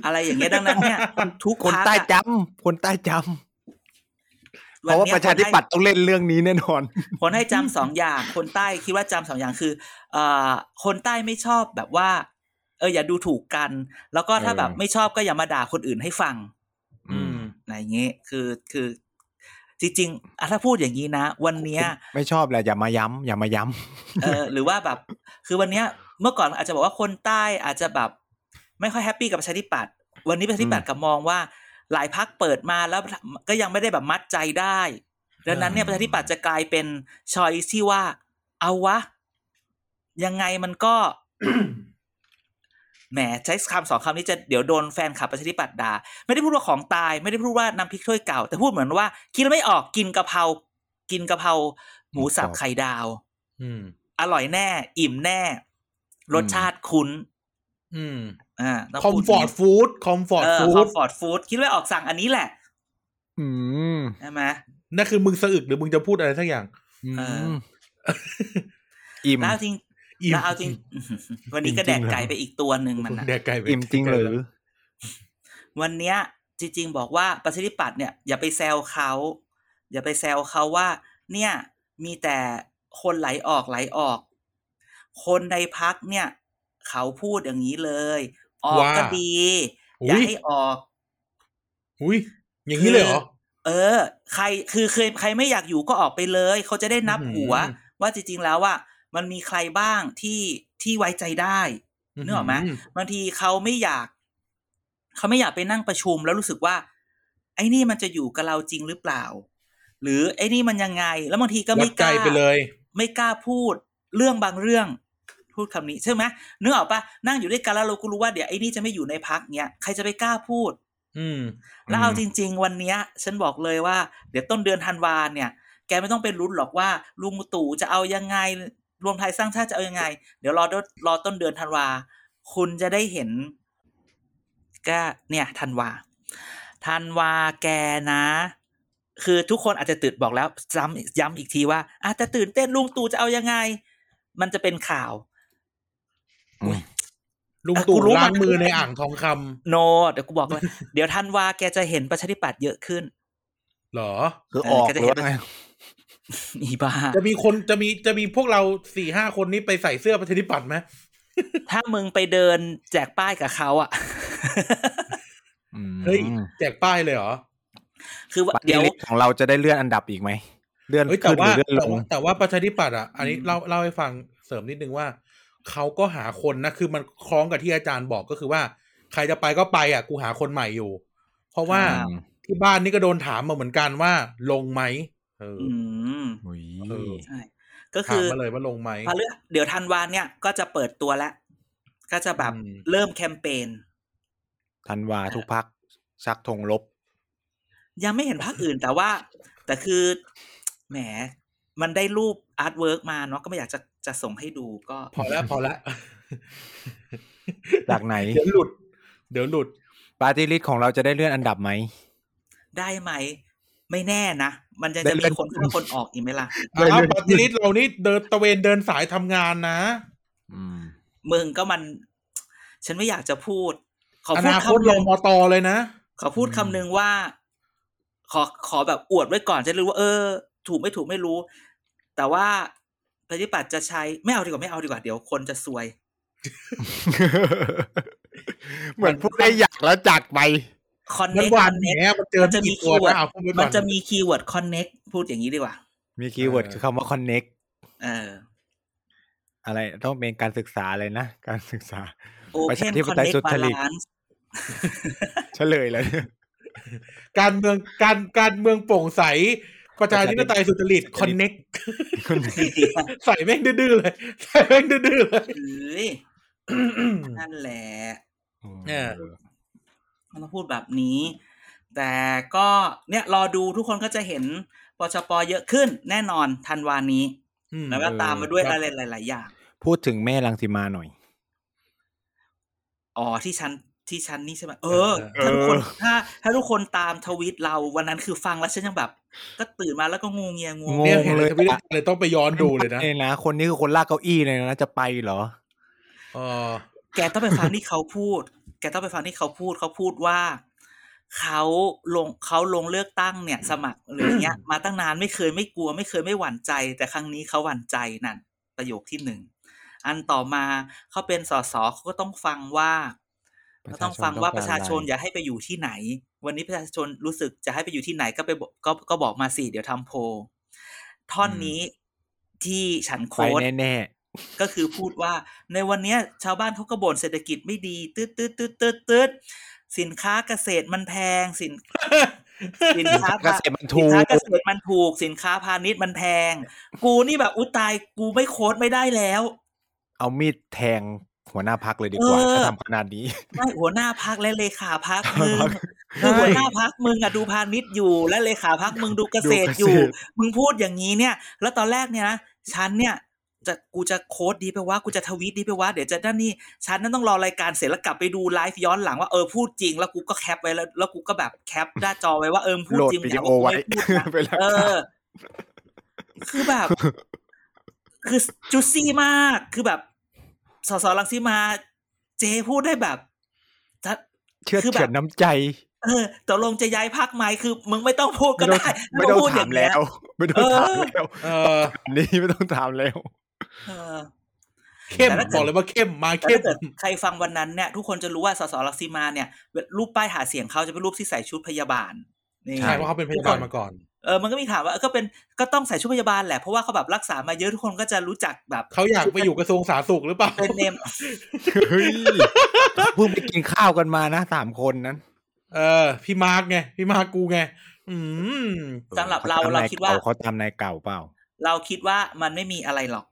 S3: อะไรอย่างเงี้ยดังนั้นเนี่ยทุก
S2: คน
S3: พรรคอะ
S2: ใต้จำคนใต้จำเพราะว่า
S3: วันนี้ย
S2: ประชาธิปัตย์ต้องเล่นเรื่องนี้แน่นอน
S3: คนให้จำสองอย่าง คนใต้คิดว่าจำสองอย่างคือเอ่อคนใต้ไม่ชอบแบบว่า เอออย่าดูถูกกัน แล้วก็ถ้าแบบ
S2: เออ
S3: ไม่ชอบก็อย่ามาด่าคนอื่นให้ฟัง
S4: อืม
S3: อะไรอย่างเงี้ยคือคือจริงๆอะถ้าพูดอย่างนี้นะ วันเนี้ย
S2: ไม่ชอบแหละอย่ามาย้ำอย่ามาย้
S3: เออหรือว่าแบบ คือวันเนี้ยเมื่อก่อนอาจจะบอกว่าคนใต้อาจจะแบบ ไม่ค่อยแฮปปี้กับประชาธิปัตย์วันนี้ประชาธิปัตย์กลับมองว่า หลายพักเปิดมาแล้วก็ยังไม่ได้แบบมัดใจได้ ดังนั้นเนี่ยประชาธิปัตย์จะกลายเป็นชอยที่ว่า เอาวะ ยังไงมันก็ แหมใช้คำสองคำนี้จะเดี๋ยวโดนแฟนขับประชาธิปัตย์ด่า ไม่ได้พูดว่าของตายไม่ได้พูดว่าน้ำพริกถ้วยเก่า แต่พูดเหมือนว่ากินแล้วไม่ออกกินกะเพรากินกะเพราหมูสับไข่ดาว
S4: อืม
S3: อร่อยแน่ อิ่มแน่ รสชาติคุ้น
S4: อืม
S3: อ่าต้ง
S4: คอม
S3: พูด
S4: ฟอร์ตฟู้ดคอมฟอร์ต
S3: เออ
S4: ฟู้
S3: คอ
S4: ด
S3: มฟอร์ตฟู้ดคิดว่าออกสั่งอันนี้แหละ
S2: ำอืม
S3: ใช่ไหม
S4: นั่นคือมึงสะอึกหรือมึงจะพูดอะไรสักอย่าง
S3: เออ
S2: อิ่ม
S3: แล้วเอาจริง
S4: อิ่ม
S3: แล้วเอาจริง วันนี้ก็แดกไก่ไปอีกตัวหนึ่งมันนะ
S4: แดกไก่ไป
S2: อิ่มจริงหรือ
S3: วันเนี้ยจริงๆบอกว่าประชาธิปัตย์เนี่ยอย่าไปแซวเขาอย่าไปแซวเขาว่า เนี่ยมีแต่คนไหลออกไหลออก คนในพักเนี่ย เขาพูดอย่างนี้เลย ออกก็ดี อย่า
S4: อุ้ย
S3: ให้ออก
S4: อุ้ยอย่างนี้เลยเหรอ
S3: เออ ใครคือเคยใครไม่อยากอยู่ก็ออกไปเลย เขาจะได้นับ
S4: อื้อหื
S3: หั
S4: อ
S3: ว ว่าจริงๆแล้วอ่ะมันมีใครบ้างที่ที่ไว้ใจได้ นึกออกไหม บางทีเขาไม่อยาก เขาไม่อยากไปนั่งประชุมแล้วรู้สึกว่า ไอ้นี่มันจะอยู่กับเราจริงหรือเปล่า หรือไอ้นี่มันยังไง แล้วบางทีก็
S4: วั
S3: ไม่
S4: ด
S3: ก
S4: ใจ
S3: ล้า
S4: ไปเลย
S3: ไม่กล้าพูดเรื่องบางเรื่อง พูดคำนี้ใช่ไหมนึกออกปะนั่งอยู่ด้วยกันแล้วเราก็รู้ว่าเดี๋ยวไอ้นี่จะไม่อยู่ในพักเนี้ยใครจะไปกล้าพูด
S4: อืม
S3: แล้วเอาจริง ๆ วันเนี้ย ฉันบอกเลยว่า เดี๋ยวต้นเดือนธันวาเนี่ย แกไม่ต้องเป็นรุ้นหรอกว่า ลุงตู่จะเอายังไง รวมไทยสร้างชาติจะเอายังไง เดี๋ยวรอต้นรอต้นเดือนธันวา คุณจะได้เห็น ก็เนี่ยธันวาธันวาแกนะ คือทุกคนอาจจะตื่นบอกแล้วซ้ำย้ำอีกทีว่าอาจจะตื่นเต้นลุงตู่จะเอายังไง มันจะเป็นข่าว
S4: ลุง
S3: เออ
S4: ตู่
S3: กูรู้
S4: ล้าง
S3: มัน
S4: มือในอ่างทองคำ
S3: โน เดี๋ยวกูบอกเลย เดี๋ยวธันวาแกจะเห็นประชาธิปัตย์เยอะขึ้น
S4: เหรอ
S2: คือออ
S3: เอ
S2: ก
S3: อก็
S2: ห
S3: จะ
S2: รือ
S3: เห็น
S2: ว่าไง
S3: อีบ้า
S4: จะมีคนจะมีจะมีพวกเราสี่ห้าคนนี้ไปใส่เสื้อประชาธิปัตย์ไหม
S3: ถ้ามึงไปเดินแจกป้ายกับเขาอ่ะ
S2: อืม
S4: เฮ้ย แจกป้ายเลยเหรอ
S3: คือว่า
S2: ปาร์ตี้
S3: เดี๋ยว
S2: ลิสต์ของเราจะได้เลื่อนอันดับอีกไหมเลื่อน
S4: เฮ้ยแต่
S2: ขึ้นห
S4: ว่า
S2: รือเลื่อนลง
S4: แต่ว่าแต่ว่าประชาธิปัตย์อ่ะ อันนี้
S3: อืม
S4: เล่าเล่าให้ฟังเสริมนิดนึงว่า เขาก็หาคนนะ คือมันคล้องกับที่อาจารย์บอกก็คือว่า ใครจะไปก็ไปอ่ะ กูหาคนใหม่อยู่ เพราะว่า
S2: อืม
S4: ที่บ้านนี่ก็โดนถามมาเหมือนกันว่า ลงไหมเออ
S3: อืม
S2: อุ๊ย
S4: เออ
S3: ใช่ก็
S4: ถา
S3: คื
S4: ม
S3: อ
S4: มาเลยว่าลงไหม
S3: พอเลือกเดี๋ยวธันวาเนี่ยก็จะเปิดตัวแล้ว ก็จะแบบ
S4: อืม
S3: เริ่มแคมเปญ
S2: ธันวาทุกพักชักธงลบ
S3: ยังไม่เห็นภาคอื่นแต่ว่า แต่คือแหม มันได้รูปอาร์ตเวิร์กมาเนาะก็ไม่อยากจะจะส่งให้ดูก็
S4: พอแล้วพอแล้ว
S2: จากไหน
S4: เดี๋ยวหลุด เดี๋ยวหลุด
S2: ปาร์ตี้ลิสต์ของเราจะได้เลื่อนอันดับไหม
S3: ได้ไหม ไม่แน่นะ มันยัง
S2: ได้
S3: จะ
S2: เลื่
S3: มี
S2: อน
S3: คนเข้าคนออกอีกไหมล่ะ
S4: อ้าวปฏิริษเรานี่เดินตะเวนเดินสายทำงานนะ
S2: อืม
S3: มึงก็มัน ฉันไม่อยากจะพูด ขอ
S4: อ
S3: พูด
S4: นาคต
S3: คำห
S4: ล
S3: นึ่
S4: ง
S3: ง
S4: มอตอเลยนะ
S3: ขอพูด
S2: อืม
S3: คำหนึงว่า ขอขอแบบอวดไว้ก่อนจะรู้ว่าเออ ถูกไม่ถูกไม่รู้ แต่ว่าประชาธิปัตย์จะใช้ไม่เอาดีกว่าไม่เอาดีกว่าเดี๋ยวคนจะซวย
S2: เหมือนพูดได้อยากแล้วจากไป
S3: คอน
S4: มั
S3: เน็
S4: น
S3: กคว
S4: หา
S3: อน น
S4: แห
S3: เน็ก
S4: มมันเจอ
S3: มันจะ
S4: จะ
S3: มี
S4: มีตั
S3: คีย์
S4: ว
S3: เวิร์ด
S4: นะเอาพูดไปก่อน
S3: มันจะมีคีย์เวิร์ดคอนเน็กพูดอย่างนี้ดีกว่า
S2: มีคีย์เวิร์ด
S4: เออ
S2: คือคำว่า connect
S3: เออ
S2: อะไรต้องเป็นการศึกษาอะไรนะ การศึกษา
S3: โอ
S2: ประ
S3: เพ
S2: ชาน ธิป
S3: คอน
S2: ไตย
S3: เน็ก
S2: สุจ
S3: บา
S2: ริต
S3: ลานซ์
S2: เฉลยเลย
S4: การเมืองการการเมืองโปร่งใส ประชาธิปไตยสุจริตคอนเน็กใส่แม่งดื้อๆเลย ใส่แม่งดื้อๆเลย
S3: เอ้ยนั่นแหละ
S4: เนี่ย
S3: มันต้องพูดแบบนี้ แต่ก็เนี่ยรอดูทุกคนก็จะเห็นปชปเยอะขึ้นแน่นอนธันวานี้
S4: อืม
S3: แล้วก็ตามมาด้วย
S4: ครับ
S3: อะไรหลาย ๆ อย่าง
S2: พูดถึงแม่ลังสิมาหน่อย
S3: อ๋อที่ชั้นที่ชั้นนี่ใช่ไหมเออ
S2: เออ
S3: ถ้าทุกคนถ้าถ้าทุกคนตามทวิตเราวันนั้นคือฟังแล้วฉันยังแบบ ก็ตื่นมาแล้วก็งูเงียงวง
S2: ง
S4: เนี่ยเห็นเลย
S2: งงเลย
S4: ทวิตเลยต้องไปย้อนดูเลยนะ
S2: เนี่ยนะ คนนี้คือคนลากเก้าอี้เลยนะ จะไปเหรอ
S4: เออ
S3: แกต้องไปฟังที่เขาพูด แกต้องไปฟังที่เขาพูดเขาพูดว่าเขาลงเขาลงเลือกตั้งเนี่ย สมัครหรืออย่างเงี้ย มาตั้งนานไม่เคยไม่กลัวไม่เคยไม่หวั่นใจ แต่ครั้งนี้เขาหวั่นใจนั่น ประโยคที่หนึ่งอันต่อมาเขาเป็นสสเขาก็ต้องฟังว่า
S2: ประ
S3: ก็
S2: ชาชน
S3: ต้องฟังว่า
S2: ต้
S3: ป
S2: อง
S3: ระ
S2: การ
S3: ชา
S2: อะไร
S3: ชนอยากให้ไปอยู่ที่ไหน วันนี้ประชาชนรู้สึกจะให้ไปอยู่ที่ไหนก็ไปบอกก็ก็บอกมาสิเดี๋ยวทำโพลท่อนนี้ที่ฉัน
S2: ไป
S3: โค้ด
S2: แน่
S3: ก็คือพูดว่าในวันเนี้ยชาวบ้านเขาก็บ่นเศรษฐกิจไม่ดีตืดตืดตืดตืดตืดสินค้าเกษตรมันแพงสิน สิน
S2: ๆ
S3: ค้า
S2: เก
S3: พา
S2: ษตรมัน
S3: สิ
S2: ถู
S3: น
S2: ก
S3: ค้าเกษตรมันถูกสินค้าพาณิชย์มันแพง กูนี่แบบอุยตายกูไม่โค้ดไม่ได้แล้ว
S2: เอามีดแทงหัวหน้าพักเลยดีกว่า
S3: เออ
S2: ถ้าทำขนาดนี้
S3: ไม่หัวหน้าพักและเลขาพักมึง
S2: พรรค
S3: คือหัวหน้าพักมึงอะดูพาณิชย์อยู่ และเลขาพักมึงดูเกษตรอยู่
S2: ดูเกษตร
S3: มึงพูดอย่างนี้เนี่ย แล้วตอนแรกเนี่ยนะฉันเนี่ยจะกูจะโค้ดดีไปว่ากูจะทวีตดีไปว่าเดี๋ยวจะนั่นนี่ฉันนั่นต้องรอรายการเสร็จแล้วกลับไปดูไลฟ์ย้อนหลังว่าเออพูดจริง แล้วกูก็แคปไว้แล้วแล้วกูก็แบบแคปหน้าจอไว้ว่าเออมึงพูด
S2: โหลด
S3: จริง
S2: วิ
S3: แต่
S2: ดีโอ
S3: ว่ากู
S2: ไว้
S3: ไม่พูดนะ
S2: ไปแล้ว
S3: เออ คือแบบ คือจุดซี่มาก คือแบบ สสรังสีมา เจพูดได้แบบชัด
S2: เชื่อ
S3: คือแบบ
S2: เฉือนน้ำใจ
S3: เออตกลงจะย้ายพักไหมคือ มึงไม่ต้องพูดก็
S2: ไม่ต้อง
S3: ได้
S2: ไม่ต้อง
S3: พูดอ
S2: ถา
S3: ย่
S2: ม
S3: งเงี้
S2: แล้
S3: ยว
S2: ไม่ต้องถามแล้ว
S4: เออ
S2: อันนี้ไม่ต้องถามแล้ว
S3: เออ
S4: เข้ม
S3: แต่ถ้าเกิด
S4: บอกเลยว่าเข้มมา
S3: แต่
S4: เข้ม
S3: ถ้าเกิดใครฟังวันนั้นเนี่ย ทุกคนจะรู้ว่าสสรังสีมาเนี่ย รูปป้ายหาเสียงเขาจะเป็นรูปที่ใส่ชุดพยาบาลนี่
S4: ใช่เพราะเขาเป็นพยาบาลมาก่อน
S3: เออมันก็มีถามว่าเออก็เป็นก็ต้องใส่ชุดพยาบาลแหละเพราะว่าเขาแบบรักษามาเยอะทุกคนก็จะรู้จักแบบ
S4: เขาอยากไปอยู่กระทรวงสาธารณสุขหรือเปล่า
S3: เป็น เนม
S2: เฮ้ยเพิ่งไปกินข้าวกันมานะสามคนนั้น
S4: เออ พี่มาร์กไงพี่มาร์กกูไงอืม
S3: สำหรับเรา
S2: ขตม
S3: เรา
S2: นย
S3: คิดว่า
S2: ก่เขาตามนายเก่าเปล่า
S3: เราคิดว่ามันไม่มีอะไรหรอก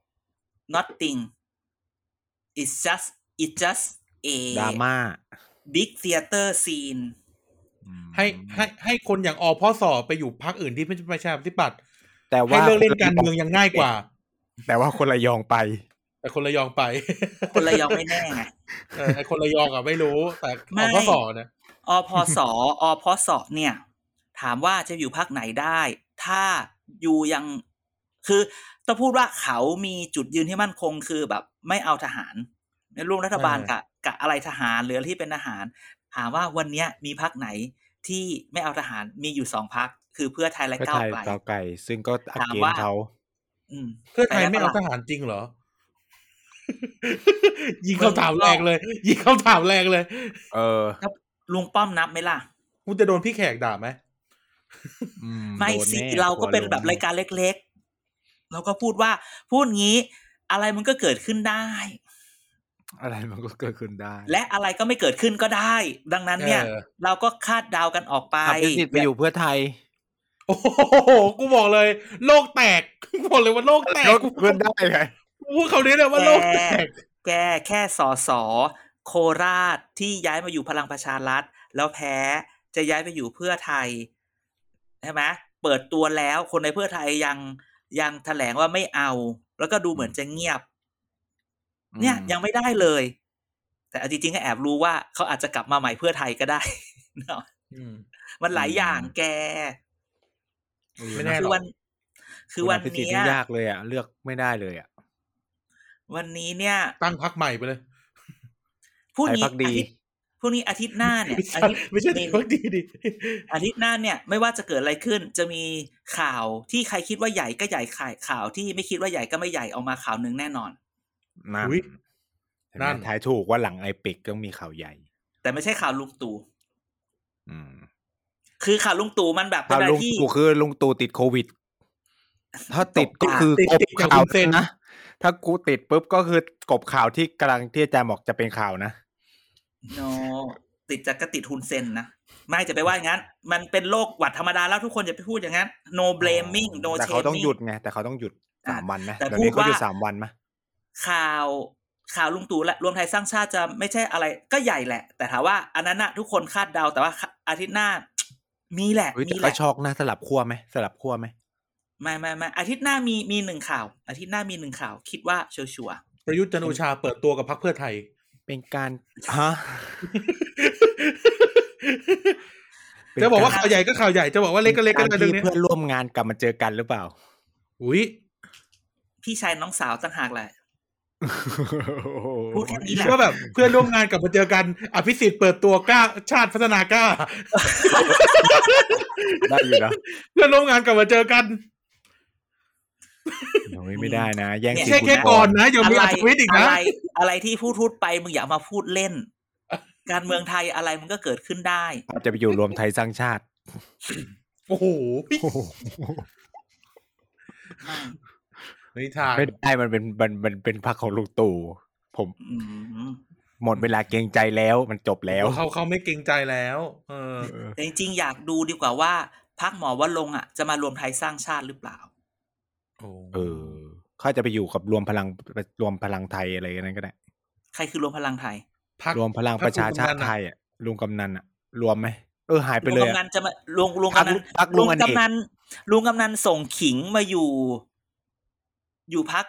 S3: nothing it's just it's just a
S2: ดราม่า
S3: big theater scene
S4: ให้ให้ให้คนอย่างอพ่อสอไปอยู่พรรคอื่นที่ไม่ใช่ประชาธิปัตย์
S2: แต่
S4: ให้
S2: ว่า
S4: เลิกเล่นการเมืองยังง่ายกว่า
S2: แต่ว่าคนละยองไป
S4: แต่คนระยองไป
S3: คนละยองไม่แน่ไง
S4: เออไอ้คนระยองอ่ะไม่รู้ แต่
S3: ไม่
S4: อพ่อสอเนี่ย
S3: อพสอพสเนี่ย ถามว่าจะอยู่พักไหนได้ ถ้าอยู่ยังคือต้องพูดว่าเขามีจุดยืนที่มั่นคงคือแบบไม่เอาทหาร ในร่วมรัฐบาลกับกับอะไรทหารหรืออะไรที่เป็นทหาร ถามว่าวันเนี้ยมีพักไหนที่ไม่เอาทหารมีอยู่สองพักคือเพื่อไทยและ
S2: ก็
S3: ก้าว
S2: ไทย
S3: ไกล
S2: เกาไก่ ซึ่งก็อัก
S3: ถาม
S2: เกน
S3: ว่า
S2: เขา
S3: อืม
S4: เพื่อไทยไม่เอาทหารจริงเหรอ ยิงเขาถามแรงเลย ยิงเขาถามแรงเลย
S2: เออ
S3: ลุงป้อมนับไหมล่ะ
S4: กูจะโดนพี่แขกด่าไหม
S2: อื
S3: ไม่
S2: โดน
S3: สิ
S2: แน่
S3: เราก็เป็น
S2: ทัว
S3: แบบ
S2: ง
S3: รายการเล็กๆ เราก็พูดว่าพูดงี้ อะไรมันก็เกิดขึ้นได้
S2: อะไรมันก็เกิดขึ้นได้
S3: และอะไรก็ไม่เกิดขึ้นก็ได้ ดังนั้นเนี่ย
S4: ออ
S3: เราก็คาดเดากันออกไป
S2: อภิสิทธิ์ไปอยู่เพื่อไทย
S4: โอ้โหกูบอกเลย โลกแตก กูบอกเลยว่าโลกแตก
S2: แล้วเพื่อนได้ไง
S4: กูพูดคำนี้เลยว่าโลกแตก
S3: แกแค่สอสอโคราชที่ย้ายมาอยู่พลังประชารัฐ แล้วแพ้จะย้ายไปอยู่เพื่อไทยใช่ไหมเปิดตัวแล้วคนในเพื่อไทยยังยังแถลงว่าไม่เอา แล้วก็ดูเหมือนจะเงียบ เนี่ยยังไม่ได้เลย แต่เอาจริงๆก็แอบรู้ว่าเขาอาจจะกลับมาใหม่เพื่อไทยก็ได้ เนอะมันหลายอย่างแก
S4: ไม่แน่
S3: คือวัน คือวัน
S2: ณภิสิทธิ์
S3: เนี้ย
S2: นี่ยากเลยอ่ะ เลือกไม่ได้เลยอ่ะ
S3: วันนี้เนี่ย
S4: ตั้งพรรคใหม่ไปเลย
S3: พรุ่ง
S2: ไทย
S3: นี้
S2: พักดี
S3: อาทิตย์พรุ่งนี้อาทิตย์หน้าเนี่ย
S4: ไม่ใช่
S3: อาทิตย์
S4: ไม่ใช่พรรคดีดิ
S3: อาทิตย์หน้าเนี่ย ไม่ว่าจะเกิดอะไรขึ้น จะมีข่าวที่ใครคิดว่าใหญ่ก็ใหญ่ข่าวข่าวที่ไม่คิดว่าใหญ่ก็ไม่ใหญ่ออกมาข่าวหนึ่งแน่นอน
S2: นั่น
S4: อุ๊ย นั่
S2: นั่
S4: น
S2: นทายถูกว่าหลังไอปิกต้องมีข่าวใหญ่
S3: แต่ไม่ใช่ข่าวลุงตู่
S2: อืม
S3: คือข่าวลุงตู่มันแบบเป็น
S2: ข่าว
S3: อะไร
S2: ลุง
S3: ที่
S2: ตู่คือลุงตู่ติดโควิด ถ้าติด
S3: ต
S2: ก็
S3: กข่าว
S2: คือกบ
S4: ติดกับ
S2: ข่าว
S4: คุณเซน
S2: นะถ้ากูติดปุ๊บก็คือกบข่าวที่กำลังที่อาจารย์บอกจะเป็นข่าวนะ
S3: no ติดจากก็ติดทุนเซนนะไม่จะไปว่าอย่างนั้น มันเป็นโรคหวัดธรรมดาแล้วทุกคนจะไปพูดอย่างนั้น no blaming no
S2: แต่
S3: shaming
S2: เขาต้องหยุดไงแต่เขาต้องหยุดสามวันนะ
S3: แต่
S2: เดี๋ยว
S3: พูด
S2: นี้เขาหยุด
S3: ว่า
S2: สามวันมะ
S3: ข่าวข่าวลุงตู่และรวมไทยสร้างชาติจะไม่ใช่อะไรก็ใหญ่แหละ แต่ถามว่าอันนั้นนะทุกคนคาดเดาแต่ว่าอาทิตย์หน้า มีแหละ
S2: เฮ้ยแต่
S3: มีแห
S2: ก็
S3: ละ
S2: ชอกหน้าสลับขั้วไหมสลับขั้วไหม
S3: ไม่ไม่ไม่อาทิตย์หน้ามีมีหนึ่งข่าว อาทิตย์หน้ามีหนึ่งข่าว คิดว่าชัวร์ชัวร์
S4: ประยุทธ์จันทร์โอชาเปิดตัวกับพรรคเพื่อไทย
S2: เป็นการ ฮะเป็น
S4: จะบอกว่า
S2: เ
S4: ข่าวใหญ่ก็ข่าวใหญ่จะบอกว่าเล็กก็เล็กก็
S2: ป็นาร
S4: เรื่อง
S2: ที่
S4: นี้
S2: เพื่อนร่วมงานกลับมาเจอกันหรือเปล่า
S4: อุ้ย
S3: พี่ชายน้องสาวต่างหากแหละ พูดแค่นี้แหละ
S4: ว่าแบบเพื่อนร่วมงานกลับมาเจอกันอภิสิทธิ์เปิดตัวกล้าชาติพัฒนากล้า
S2: ได้อยู่นะ
S4: เพื่อนร่วมงานกลับมาเจอกัน
S2: เดี๋ยวไม่ได้นะ แย่ง
S3: ไม่
S4: ไม่
S2: ซี
S4: ใช่
S2: ฟู้ด
S4: แค่ก่อนนะยังมีอัดทวิตอีก
S3: อะ
S4: นะ
S3: ไรอะไรที่พูดพูดไปมึงอย่ามาพูดเล่น การเมืองไทยอะไรมันก็เกิดขึ้นได้
S2: อาจจะไปอยู่รวมไทยสร้างชาติ
S4: โอ้โห
S2: โอ้โห
S4: ไม่ทาง
S2: ไม่ได้มันเป็นมันมันเป็นพรรคของลุงตู่ผม
S3: อืม
S2: หมดเวลาเกรงใจแล้วมันจบแล้ว
S4: เขาเขาไม่เกรงใจแล้ว เออ
S2: เออ
S3: แต่จริงๆอยากดูดีกว่าว่าพักหมอว่าลงค์อ่ะจะมารวมไทยสร้างชาติหรือเปล่า
S2: เออเขาอาจจะไปอยู่กับรวมพลังรวมพลังไทยอะไรนั้นก็ได้
S3: ใครคือรวมพลังไทย
S4: พัก
S2: รวมพลังประชาชาติไทยอ่ะลุงกำนันอ่ะ รวมไหมเออหายไปเลย
S3: ลุงกำนั
S2: อะ
S3: นจะมาลุงลุง
S2: พรรค
S3: กำนัน
S2: พรรคลุงอันเอก
S3: กำนันลุงกำนันส่งขิงมาอยู่ อยู่พัก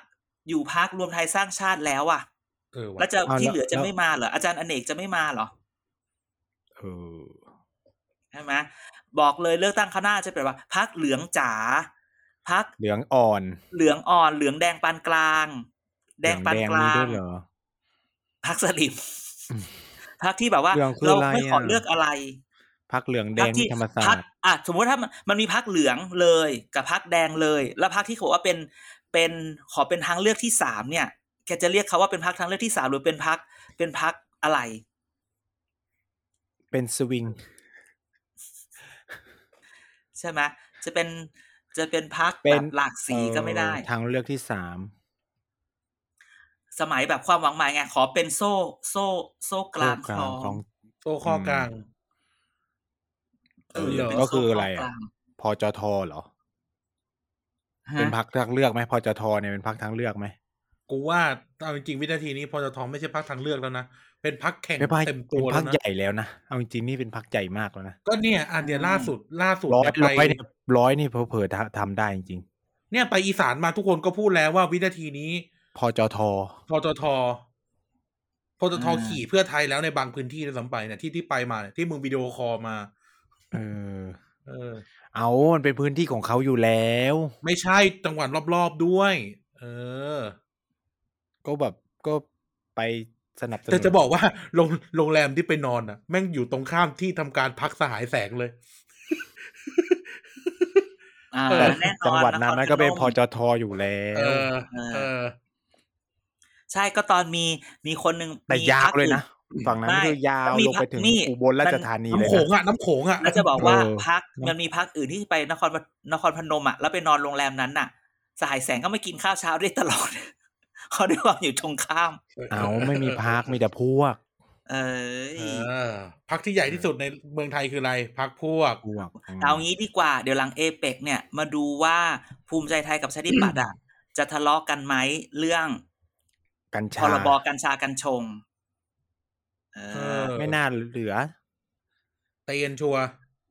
S3: อยู่พักรวมไทยสร้างชาติแล้วอ่ะ
S4: เออวะ
S3: แล้วจะ
S2: เอา
S3: ที่
S2: แล้ว
S3: เหลือจะ
S2: แล้ว
S3: ไม่มาเหรออาจารย์อเนกจะไม่มาเหรอ
S2: เออ
S3: ใช่ไหมบอกเลยเลือกตั้งข้างหน้าจะเป็นว่าพักเหลืองจ๋าพัก
S2: เหลืองอ่อน
S3: เหลืองอ่อนเหลืองแดงปานกลาง แดงปานก
S2: เหลือ
S3: ลา
S2: แดมีด้
S3: ง
S2: วยเหรอ
S3: พักสลิมพักที่แบบว่า
S2: เหลืองคือ
S3: เรา
S2: อะไร
S3: ไม่ขออะ เลือกอะไร
S2: พักเหลืองแด
S3: พรง รคที่
S2: ธรรมศา
S3: พร
S2: ส
S3: ร
S2: ต
S3: ค
S2: ร์
S3: อ่ะสมมติถ้ามันมันมีพักเหลืองเลยกับพักแดงเลย แล้วพักที่เขาบอกว่าเป็นเป็นขอเป็นทางเลือกที่สามเนี่ยแกจะเรียกเขาว่าเป็นพักทางเลือกที่สามหรือเป็นพักเป็นพักอะไร
S2: เป็นสวิง
S3: ใช่ไหมจะเป็นจะเป็นพัก
S2: เป็
S3: แบ
S2: น
S3: บหลากสีก็ไม่ได้
S2: เออทางเลือกที่สาม
S3: สมัยแบบความหวังใหม่ไงขอเป็นโซ่โซ่โซ่กลางคล
S2: โคร
S3: อง ง
S2: คลอง
S4: โตข้อกลาง
S3: เออ
S4: เหรอ
S3: เป็น
S2: ก็
S3: โซ่
S2: คืออะไร
S3: ก
S2: อ่ะ
S3: ลาง
S2: พอจทเหรอ
S3: ฮะ
S2: เป็นพักทางเลือกไหมพอจทเนี่ยเป็นพักทางเลือกไหม
S4: กูว่าเอาจริงๆวินาทีนี้พอจะทองไม่ใช่พักทางเลือกแล้วนะ เป็นพักแข่ง
S2: ไม่พัก
S4: เต็ม
S2: เป็
S4: ตั
S2: น
S4: ว
S2: พั
S4: แล้
S2: ก
S4: วนะ
S2: ใหญ่แล้วนะเอาจริงๆนี่เป็นพักใหญ่มากแล้วนะ
S4: ก็เนี่ยอันเดียล่าสุดล่าสุด
S2: ร้อยร้อย
S4: เนี่ยไป
S2: เนี่ยร้อยนี่เผลอๆทำได้จริง
S4: เนี่ยไปอีสานมาทุกคนก็พูดแล้วว่าวินาทีนี้
S2: ๆพอจท
S4: พอจทพอจทขี่เพื่อไทยแล้วในบางพื้นที่ด้วยซ้ำไปเนี่ยที่ที่ไปมาเนี่ยที่มึงวิดีโอคอลมา
S2: เออ
S4: เออ
S2: เอามันเป็นพื้นที่ของเขาอยู่แล้ว
S4: ไม่ใช่จังหวัดรอบๆด้วย เออ
S2: ก็แบบก็ไปสนับสนุน
S4: แต่จะบอกว่าโรงโรงแรมที่ไปนอนอ่ะ แม่งอยู่ตรงข้ามที่ทำการพักสหายแสงเลย
S3: อ่า
S2: แต่
S3: แน่น
S2: จัง
S3: อน
S2: หวัดนั้นมันก็เป็นพอจทอยู่แล้
S4: เอ
S2: ว
S4: อ เออ
S3: ใช่ก็ตอนมีมีคนหนึ่ง
S2: แต่
S3: มี
S2: ยา
S3: พ
S2: ว
S3: รรค
S2: เลย
S3: อื่
S2: นะฝั่งนั้น
S3: ไม่
S2: คือยาว
S3: มี
S2: ลงไปถึง
S3: นี่
S2: อุบลราชธานีเลย
S4: น้ำโข
S2: นะ
S4: งอ่ะ น้ำโขงอ่ะ
S3: แล้วจะบอกว่า
S2: เออ
S3: พักมันมีพักอื่นที่ไปนครนครพนมอ่ะแล้วไปนอนโรงแรมนั้นน่ะ สหายแสงก็ไม่กินข้าวเช้าได้ตลอด เขาด้วยความอยู่ตรงข้าม
S2: เอาไม่มีพักมีแต่พวก
S3: เออ
S4: เออพักที่ใหญ่ที่สุดในเมืองไทยคืออะไรพักพวก
S2: พวก
S3: เอางี้ดีกว่าเดี๋ยวหลังเอเปกเนี่ย มาดูว่าภูมิใจไทยกับชาติปัตย์อ่ะ จะทะเลาะกันไหมเรื่อง
S2: กัญ
S3: พ
S2: ชาร
S3: บกัญชากัญชง เอ
S4: เอ
S3: อ
S4: อ
S2: ไม่น่าเหลือ
S4: เตียนชัวร์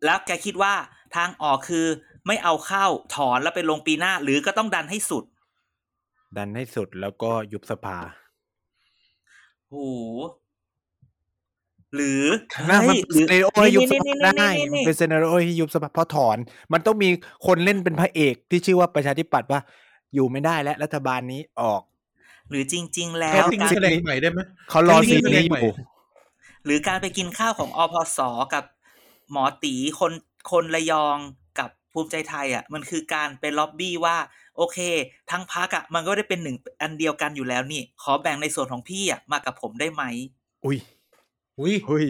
S3: แล้วแกคิดว่าทางออกคือไม่เอาเข้าถอนแล้วไปลงปีหน้า หรือก็ต้องดันให้สุด
S2: ดันให้สุดแล้วก็ยุบสภา
S3: โหหรือ
S2: นะ
S3: เฮ้
S2: มั
S3: ย
S2: นเป็นซีนาริโอให้ยุบสภาได้มัน
S3: นี่
S2: เป็นซีนาริโอให้ยุบสภาเพราะถอน มันต้องมีคนเล่นเป็นพระเอกที่ชื่อว่าประชาธิปัตย์ว่า อยู่ไม่ได้และรัฐบาลนี้ออก
S3: หรือจริง ๆ แล้
S4: แค่
S3: ว
S4: ติ้ง
S3: การ
S4: แสดงใหม่ได้ไหม
S2: เขารอซีรีส์อ
S4: ใหม่
S2: ยู่
S3: หรือการไปกินข้าวของอพสกับหมอตีคนคนระยองกับภูมิใจไทยอ่ะ มันคือการไปล็อบบี้ว่า โอเค ทั้งพักอ่ะ มันก็ได้เป็นหนึ่งอันเดียวกันอยู่แล้วนี่ ขอแบ่งในส่วนของพี่อ่ะมากับผมได้ไหม
S2: อุ้ย
S4: อุ้ย
S2: อุ้ย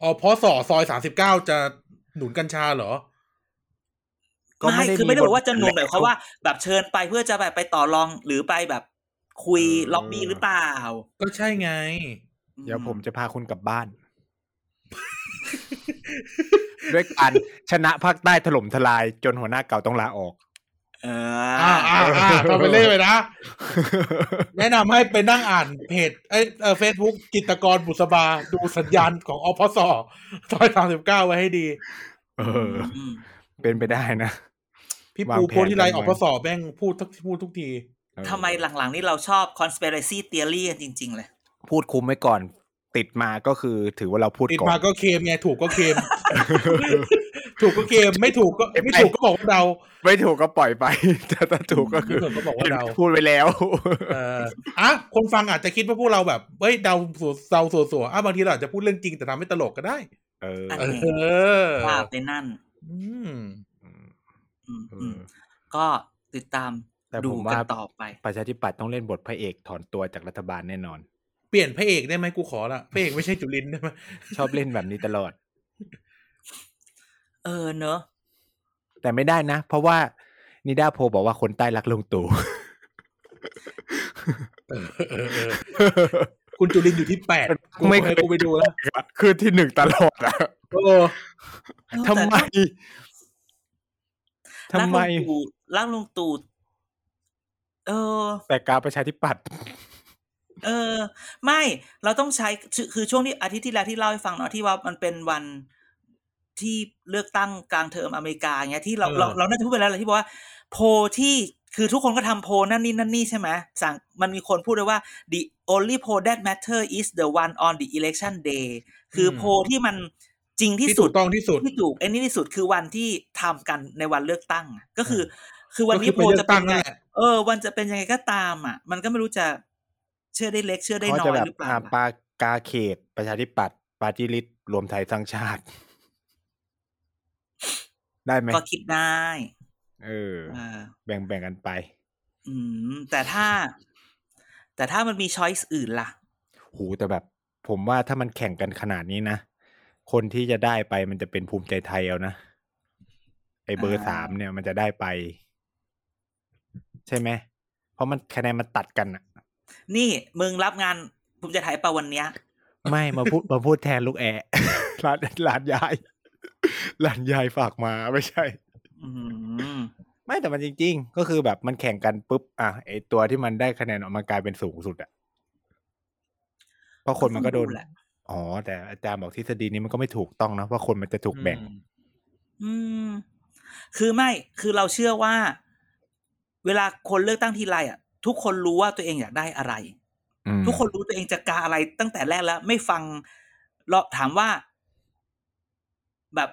S4: อ๋อพอสอซอยสามสิบเก้าจะหนุนกัญชาเหรอ
S3: ไม่คือไม่ได้บอกว่าจะหนุนหมายความว่า
S2: แ
S3: แบบเชิญไปเพื่อจะแบบไปต่อรองหรือไปแบบคุยล็อบบี้หรือเปล่า
S4: ก็ใช่ไง
S2: ล้วเดี๋ยวผมจะพาคุณกลับบ้าน ด้วยการชนะภาคใต้ถล่มทลายจนหัวหน้าเก่าต้องลาออก
S3: เอ
S4: อ่า
S3: อ
S4: อ่าอ่าทำไปเรื่อยไปนะ แนะนำให้ไปนั่งอ่านเพจเอ้ยเฟซบุ๊กจิตรกรบุษบา ดูสัญญาณของอพสซอยสามสิบเก้าไว้ให้ดี
S2: เออ เป็นไปได้นะ
S4: พี่
S2: วาง
S4: ปู
S2: แผน
S4: พูดที่ไร
S2: กัน
S4: อ
S2: ไว้
S4: พสแม่งพูดทุกพูดทุกที
S3: ทำไมหลังๆ นี่เราชอบ conspiracy theory กันจริง ๆ เลย
S2: พูดคุมไว้ก่อน ติดมาก็คือถือว่าเราพูด
S4: ติด
S2: ก่อน
S4: มาก็เคมไงถูกก็เค ม ถูกก็เคมไม่ถูกก็ไม่ถูกก็บอกว่าเดา
S2: ไม่ถูกก็ปล่อย ไป แต่ถ้าถูกก็คือ
S4: ไม่ถูกก็บอกว่าเรา
S2: พูดไปแล้ว
S4: เอออ่ะคนฟังอาจจะคิดว่าพวกเราแบบเฮ้ยเดาสัวเดาสัวสัวอ่ะบางทีเราอาจจะพูดเรื่องจริงแต่ทำให้ตลกก็ได้
S2: เออ
S3: อัน
S4: เอ
S3: นี้
S4: อ
S3: ว่าไปนั่น
S4: อืม
S3: อืม
S2: เอ
S3: อืม
S2: อ
S3: ก็ติดตาม
S2: แต่
S3: ดู
S2: ผ
S3: กัน
S2: มว่า
S3: ต่อไป
S2: ประชาธิปัตย์ต้องเล่นบทพระเอกถอนตัวจากรัฐบาลแน่นอน
S4: เปลี่ยนพระเอกได้ไหมกูขอละพระเอกไม่ใช่จุลินได้ไหม
S2: ชอบเล่นแบบนี้ตลอด
S3: เออเนอะ
S2: แต่ไม่ได้นะ เพราะว่านิดาโพลบอกว่าคนใต้รักลงตู่
S4: เออเออคุณจุลินอยู่ที่แปด
S2: ไม่เคย
S4: กูไปดูแล้ว
S2: คือที่หนึ่งตลอดอะ
S4: เออ
S2: ทำไมทำไม
S3: ร่างลุงตู่ร่างลุงตู่เออ
S2: แต่การประชาธิปัตย์
S3: เออ ไม่ เราต้องใช้คือคือช่วงที่อาทิตย์ที่แล้วที่เล่าให้ฟังเนาะที่ว่ามันเป็นวันที่เลือกตั้งกลางเทอมอเมริกาเงี้ยที่เราเราเราน่าจะพูดไปแล้วแหละที่บอกว่า โพลที่คือทุกคนก็ทำโพลนั่นนี่นั่นนี่ใช่ไหมสั่งมันมีคนพูดด้วยว่า the only poll that matter is the one on the election day คือโพลที่มันจริงที่
S4: ที่
S3: สุ
S4: ถู
S3: ด
S4: กต้องที่สุด
S3: ที่ถูกไอ้นี่ที่สุดคือวันที่ทำกันในวันเลือกตั้งอะก็คือ คือวัน
S4: ก็
S3: นี้
S4: คือ
S3: โพล
S4: ไปเลือ
S3: จะ
S4: ก
S3: เป็
S4: ตั้
S3: น
S4: ง
S3: ยังไง
S4: นั่นแหละ
S3: เออ วันจะเป็นยังไงก็ตามอ่ะ มันก็ไม่รู้จะเชื่อได้เล็กเชื่อได้
S2: เขา
S3: น้อ
S2: จะ
S3: ย
S2: แบบ
S3: หรือเปล่า
S2: อา
S3: อะ
S2: ปากกาเขตประชาธิปัตย์ปาร์ตี้ลิสต์รวมไทยสร้าง ชาติ ได้ไหม
S3: ก็คิดได้
S2: เออ
S3: เออ
S2: แบ่งแบ่งๆกันไป
S3: อืม แต่ถ้า แต่ถ้ามันมีช้อยส์อื่นล่ะ
S2: หูแต่แบบ ผมว่าถ้ามันแข่งกันขนาดนี้นะ คนที่จะได้ไปมันจะเป็นภูมิใจไทยเอานะ ไอเบอร์
S3: อ่า
S2: สามเนี่ยมันจะได้ไป ใช่ไหม เพราะมันคะแนนมันตัดกันอะ
S3: นี่มึงรับงานภูมิใจไทยเปล่าวันเนี้ย
S2: ไม่มา พูดมาพูดแทนลูกแอะ ร้านร้านยาย ร้านยายฝากมาไม่ใช่
S3: อืม
S2: ไม่แต่มันจริง ๆ ก็คือแบบมันแข่งกันปุ๊บอ่ะไอตัวที่มันได้คะแนนออกมากลายเป็นสูงสุดอะเพราะคนมันก็โดน
S3: แหละ
S2: อ๋อ แต่อาจารย์บอกทฤษฎีนี้มันก็ไม่ถูกต้องนะเพราะคนมันจะถูกแบ่ง
S3: อืม คือไม่ คือเราเชื่อว่า เวลาคนเลือกตั้งทีไรอ่ะ ทุกคนรู้ว่าตัวเองอยากได้อะไร
S2: อืม
S3: ทุกคนรู้ตัวเองจะกาอะไรตั้งแต่แรกแล้ว ไม่ฟังเราถามว่า แบบ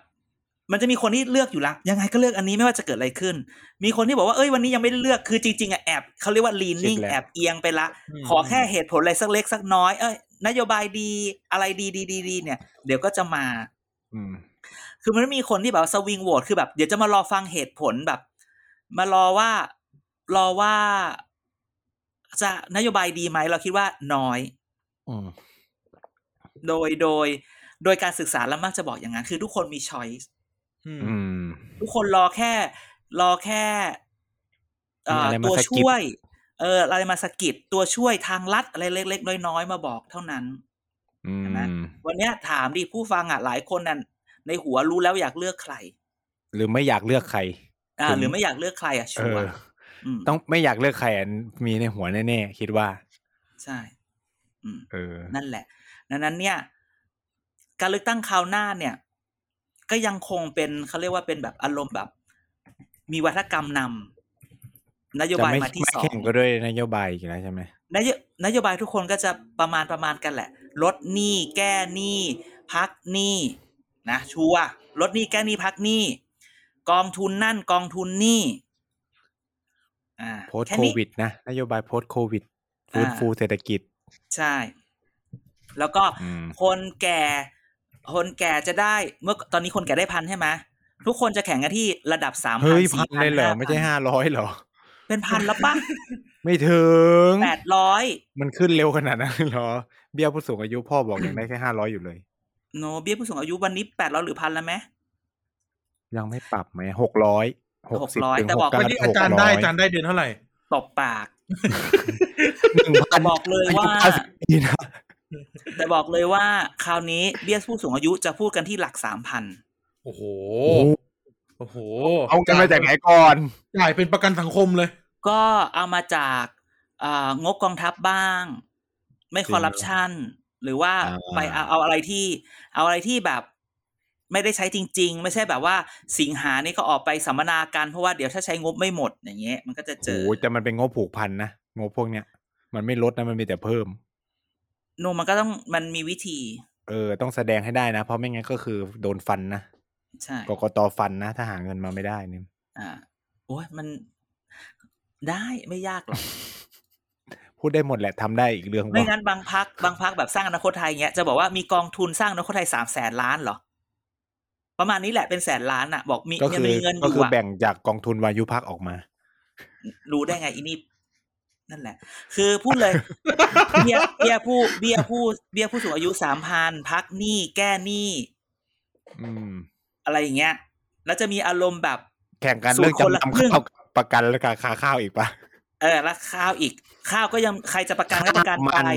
S3: มันจะมีคนที่เลือกอยู่ละยังไงก็เลือกอันนี้ไม่ว่าจะเกิดอะไรขึ้น มีคนที่บอกว่าเอ้ยวันนี้ยังไม่ได้เลือกคือจริงๆอ่ะแอบเขาเรียกว่า leaning แอบเอียงไปละ ขอแค่เหตุผลอะไรสักเล็กสักน้อยเอ้ยนโยบายดีอะไรดีดีดีดีเนี่ย เดี๋ยวก็จะมา
S2: อืม
S3: คือมันไม่มีคนที่แบบสวิงโหวตคือแบบ เดี๋ยวจะมารอฟังเหตุผลแบบ มารอว่า รอว่า จะนโยบายดีไหมเราคิดว่าน้อย
S2: อืม
S3: โดยโดย โดยการศึกษาแล้วมักจะบอกอย่างนั้น คือทุกคนมีช้อยส์
S4: อืม
S2: อืม
S3: ทุกคนรอแค่ รอแค่เอ่อ
S2: มีอะไรมา
S3: ตัว
S2: สะกิด
S3: ช่วย เอออะไรมาสะกิดตัวช่วยทางลัดอะไรเล็ก ๆ น้อยๆมาบอกเท่านั้น
S2: อื
S3: เห็นไหม
S2: ม
S3: วันเนี้ยถามดิผู้ฟังอ่ะหลายคนนั่นในหัวรู้แล้วอยากเลือกใคร
S2: หรือไม่อยากเลือกใคร
S3: อ่า
S2: ถึง
S3: หรือไม่อยากเลือกใครอ่ะ
S2: เอ
S3: ชัว
S2: อ
S3: ร์ม
S2: ต้องไม่อยากเลือกใครอันมีในหัวแน่ๆคิดว่า
S3: ใช่ อืม
S2: เออ
S3: นั่นแหละ ดังนั้นเนี่ย การเลือกตั้งคราวหน้าเนี่ย ก็ยังคงเป็นเขาเรียกว่าเป็นแบบอารมณ์แบบ มีวัฒกรรมนำนโย
S2: จะ
S3: บาย
S2: ไม่
S3: มาที่
S2: ไม่
S3: สอง
S2: แข่งก็ด้วยนโยบายอีกแล้วใช่ไหม
S3: นโยนโยบายทุกคนก็จะประมาณประมาณกันแหละ ลดหนี้แก้หนี้พักหนี้นะชัวร์ลดหนี้แก้หนี้พักหนี้ กองทุนนั่นกองทุนนี่อ่า
S2: โพส
S3: แค่
S2: โค
S3: นี้
S2: วิดนะ นโยบายโพสโควิดฟื้น
S3: อ่า
S2: ฟูเศรษฐกิจ
S3: ใช่ แล้วก็
S2: อืม
S3: คนแก่ คนแก่จะได้เมื่อตอนนี้คนแก่ได้พันใช่ไหมทุกคนจะแข่งกันที่ระดับสามพั
S2: เฮ้
S3: น
S2: ยพั
S3: สี่
S2: นเลยเหรอ ไม่ใช่ห้าร้อยเหรอ
S3: เป็นพันแล้ว ปะ
S2: ไม่ถึง
S3: แปดร้อย
S2: มันขึ้นเร็วขนาดนั้นเหรอ เบี้ยผู้สูงอายุพ่อบอกยังได้แค่ห้าร้อยอยู่เลย
S3: โนเบี้ยผู้สูงอายุวันนี้แปดร้อยหรือพันแล้วไหม
S2: ยังไม่ปรับไหมหกร้อยหกสิบ
S3: 600
S2: ถึง
S3: แต่
S2: ห
S3: บ
S2: ก
S3: อก
S2: เก้า
S3: ว่า
S4: วันนี้อาจารย์ได้อาจารย์ได้เดือนเท่าไหร่
S3: ตบปาก
S2: หนึ่งพัน
S3: บอกเลยว่า
S2: อายุเก้สิบปีนะ
S3: แต่บอกเลยว่าคราวนี้เบี้ยผู้สูงอายุจะพูดกันที่หลักสามพัน
S4: โอ้โห
S2: โอ้
S4: โอ้โห
S2: เอากันมาจากไหนก่อน
S4: จ่ายเป็นประกันสังคมเลย
S3: ก็เอามาจากเอ่องบกองทัพบ้าง ไม่
S2: จริง
S3: คอร์รัปชันหรือว่า
S2: อ่า
S3: ไปเอาเอาอะไรที่ เอาอะไรที่แบบ ไม่ได้ใช้จริง ๆ ไม่ใช่แบบว่าสิงหานี่ก็ออกไปสัมมนากันเพราะว่าเดี๋ยวถ้าใช้งบไม่หมดอย่างเงี้ยมันก็จะเจ
S2: โอ้
S3: อ
S2: โหแต่มันเป็นงบผูกพันนะงบพวกเนี้ย มันไม่ลดนะมันมีแต่เพิ่ม
S3: โนมันก็ต้องมันมีวิธี
S2: เออ ต้องแสดงให้ได้นะ เพราะไม่งั้นก็คือโดนฟันนะ
S3: ใช่
S2: กกตฟันนะ ถ้าหาเงินมาไม่ได้เนี่ย
S3: อ่าโอ้ยมันได้ไม่ยากหรอก
S2: พูดได้หมดแหละทำได้อีกเรื่อง
S3: ไม่
S2: ว่า
S3: งั้นบางพักบางพักแบบสร้างอนาคตไทยเงี้ยจะบอกว่ามีกองทุนสร้างอนาคตไทยสามแสนล้านเหรอ ประมาณนี้แหละเป็นแสนล้านอ่ะ บอกมี
S2: ก็
S3: ยั
S2: คื
S3: ง
S2: อ
S3: มีเงินอ
S2: ก็
S3: ยู่
S2: คือ
S3: อะ
S2: แบ่งจากกองทุนวายุพักออกมา
S3: รู้ได้ไงอีนี่นั่นแหละ คือพูดเลย เบี้ยเบี้ยผู้เบี้ยผู้เบี้ยผู้สูงอายุสามพันพักหนี้แก้หนี้
S2: อืม
S3: อะไรอย่างเงี้ย แล้วจะมีอารมณ์แบบ
S2: แข่งกัน
S3: สูตร
S2: เรื่อง
S3: คนละ
S2: จำนำ
S3: ครึ่ง
S2: ข้าวกับประกันและราคาข้าวอีกปะ
S3: เออราข้าวอีก ข้าวก็ยังใครจะประกันก็ประกัน
S2: มั
S3: ไป
S2: น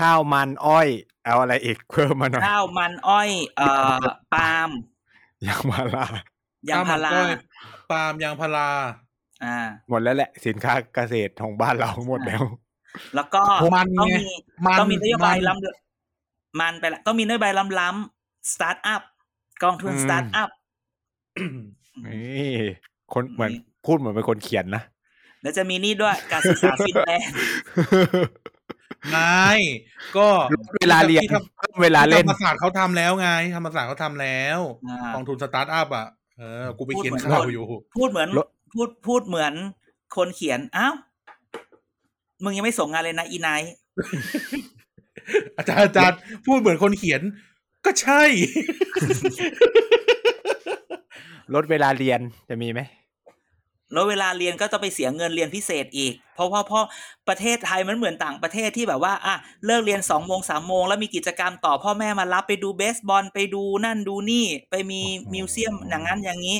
S2: ข้าวมันอ้อย เอาอะไรอีกเพิ่มมาหน่อย
S3: ข้าวมันอ้อยเอ่อปาล์ม
S2: ยางมาลาย
S3: างพารา
S4: ข้วมันก้อยปาล์มยางพารา
S3: อ่า
S2: หมดแล้วแหละ สินค้าเกษตรของบ้านเราหมดแล้ว
S3: แล้วก็
S4: มัน
S3: ต้อง
S4: ไง
S3: มี
S4: มัน
S3: ต้องมีนโยบาย
S4: มั
S3: ล้ำมันไปละต้องมีนโยบายล้ำล้ำสตาร์ทอัพกองทุน
S2: อืม
S3: สตาร์ทอัพ
S2: นี่คนเหมือน
S3: นี่
S2: พูดเหมือนเป็นคนเขียนนะ
S3: แล้วจะมีนี่ด้วยการศึกษาฟินแลนด์
S4: ไงก็
S2: ลดเวลาเรียน
S4: ที่ทำ
S2: เพิ่มเวลาเล่น
S4: ที่ธรรมศาสตร์เขาทำแล้วไงธรรมศาสตร์เขาทำแล้ว
S3: อ่าก
S4: องทุนสตาร์ทอัพอ่ะเออกูไปเขียน
S3: พูดเหมือน
S4: ข่าว
S3: คน
S4: อยู่
S3: พูดเหมือน
S2: แล้ว
S3: พูดพูดเหมือนคนเขียนอ้าวมึงยังไม่ส่งงานเลยนะอีไนท์
S4: อาจารย์อาจารย์พูดเหมือนคนเขียน ก็ใช่
S2: ลดเวลาเรียนจะมีไหม
S3: แล้วเวลาเรียนก็ต้องไปเสียเงินเรียนพิเศษอีก เพราะว่าเพราะประเทศไทยมันเหมือนต่างประเทศที่แบบว่าอ่ะเลิกเรียนสองโมงสามโมงแล้วมีกิจกรรมต่อพ่อแม่มารับไปดูเบสบอลไปดูนั่นดูนี่ ไปมีมิวเซียมอย่างนั้นอย่างนี้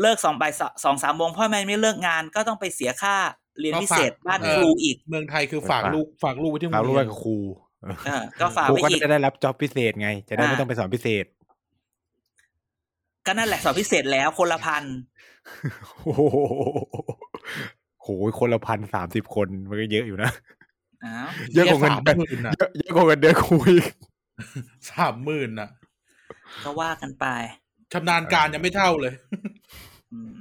S3: เลิกสองบ่ายสองสองสามโมงพ่อแม่ไม่เลิกงานก็ต้องไปเสียค่าเรียนพิเศษบ้านครูอีก
S4: เมืองไทยคือฝากลูกฝากลูกไว้ที่โร
S2: เรา
S4: ง
S2: รู้
S4: เรีย
S2: ว่าน กับครูเออ
S3: เออก็ฝาก
S2: ครู
S3: ไว้
S2: ก็
S3: อีก
S2: จะได้รับจ็อบพิเศษไง จะได้ไม่
S3: อ่า
S2: ต้องไปสอนพิเศษ
S3: ก็นั่นแหละสอบพิเศษแล้วคนละพัน
S2: โอ้โหโหยคนละพันสามสิบคนมันก็เยอะอยู่นะ
S3: อ้าว
S2: เยอะกว่าเงิน
S4: สาม
S2: เดือน
S4: หมื่นอ่ะ
S2: เยอะเยอะกว่าเงินเดือนครูอีก
S4: สามหมื่นอ่ะ
S3: ก็ว่ากันไป
S4: ชำนาญการยังไม่เท่าเลย
S3: อืม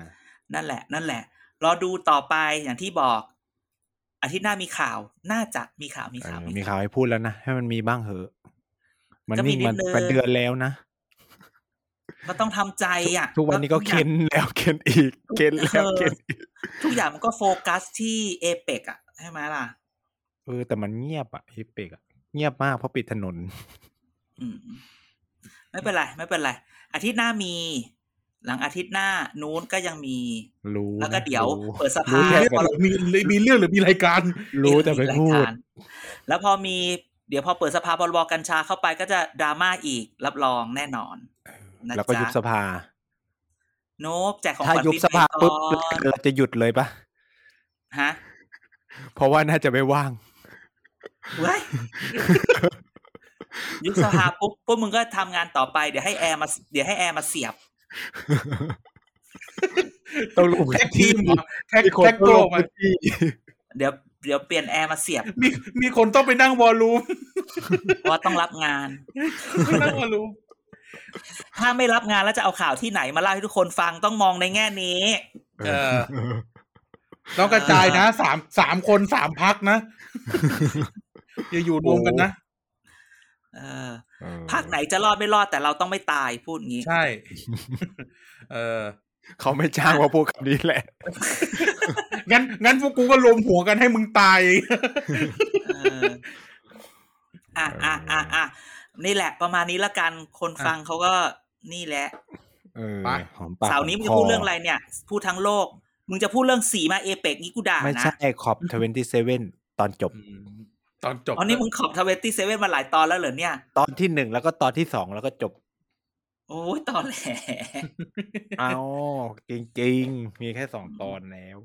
S2: นะ
S3: นั่นแหละ นั่นแหละ รอดูต่อไปอย่างที่บอก อาทิตย์หน้ามีข่าว น่าจะมีข่าวมีข่าว
S2: เออมี
S3: มีข่าว
S2: ข่าวให้พูดแล้วนะ ให้มันมีบ้างเหอะ มัน
S3: ก็มี
S2: นิ่งมัน
S3: นิดนึง
S2: เป็นเดือนแล้วนะ
S3: ก็ต้องทำใจอ่ะ
S2: ทุกวันนี้ก็
S3: อ
S2: เค้
S3: ย่าง
S2: นแล้วเค้นอีก เค้นแล้ว
S3: เออ
S2: เค้นอีก
S3: ทุกอย่างมันก็โฟกัสที่เอเปกอ่ะใช่ไหมล่ะ
S2: เออแต่มันเงียบอะฮิปเปกอะเงียบมากเพราะปิดถนน
S3: อืมไม่เป็นไร ไม่เป็นไร อาทิตย์หน้ามี หลังอาทิตย์หน้า นู้นก็ยังมี
S2: รู้นะ
S3: แล้วก็เดี๋ยว
S2: รู้
S3: เปิดสภา
S2: รู้แค่
S3: แล้วพอ
S4: มีมีเรื่องหรือมีรายการ
S2: รู้แต่ไม่พู
S3: ราย
S2: ด
S3: การแล้วพอมี เดี๋ยวพอเปิดสภาพรบกัญชาเข้าไปก็จะดราม่าอีกรับรองแน่นอนนะ
S2: แล้วก็ยุบส
S3: จ๊ะ
S2: ภา
S3: โนบแจกของ
S2: ถ้า
S3: ขวัญ
S2: ยุบ
S3: ปีให
S2: ส
S3: ม่
S2: ภาปุ๊บ
S3: ก่อน
S2: เราจะหยุดเลยปะ
S3: ฮะ
S2: เพราะว่าน่าจะไม่ว่าง
S3: เว้ย ยุบสภาปุ๊บพวกมึงก็ทำงานต่อไปเดี๋ยวให้แอร์มา เดี๋ยวให้แอร์มาเสียบ
S2: ต้องรู้
S4: แท็กทีมเหรอแท็ก
S2: มีคน
S4: แท็ก
S2: ต้อง
S4: โก
S2: ลง
S4: ไป
S2: พื้นที่
S3: เดี๋ยวเดี๋ยวเปลี่ยนแอร์มาเสียบ
S4: มีมีคนต้องไปนั่งวอลลุ่ม
S3: เพราะว่าต้องรับงาน
S4: ไปนั่งวอลลุ่ม
S3: ถ้าไม่รับงานแล้วจะเอาข่าวที่ไหนมาเล่าให้ทุกคนฟังต้องมองในแง่นี้
S4: เออต้องกระจายนะสามสามคนสามพักนะอย่าอยู่รวมกันนะ
S3: เออ
S2: เออ
S3: ภาคไหนจะรอดไม่รอดแต่เราต้องไม่ตายพูดงี้
S4: ใช่ เออ
S2: เขาไม่จ้างว่าพูดคำนี้แหละ
S4: งั้นงั้นพวกกูก็รวมหัวกันให้มึงตาย
S3: เอออ่ะอ่ะอ่ะอ่ะนี่แหละ ประมาณนี้ละกันคนฟังเขาก็นี่แหละ
S2: เออ
S4: ไป
S2: หอมปาก
S3: เสาร์นี้มึง
S2: ห
S3: จะ
S2: อ
S3: พูด
S2: มค
S3: เรื่องอะไรเนี่ย พูดทั้งโลก มึงจะพูดเรื่องสีมาเอเปกนี้กูด่า
S2: ไม่
S3: นะ
S2: ใช่ขอบทเวนตี้เซเว่นตอนจบ
S4: ตอนจบ
S3: อ๋อนี่มึงขอบทเวตี้เซเว่นมาหลายตอนแล้วเหรอเนี่ย
S2: ตอนที่หนึ่งแล้วก็ตอนที่สองแล้วก็จบ
S3: โอ้ยตอนแหล
S2: เอาจริง ๆ มีแค่สองตอนแล้ว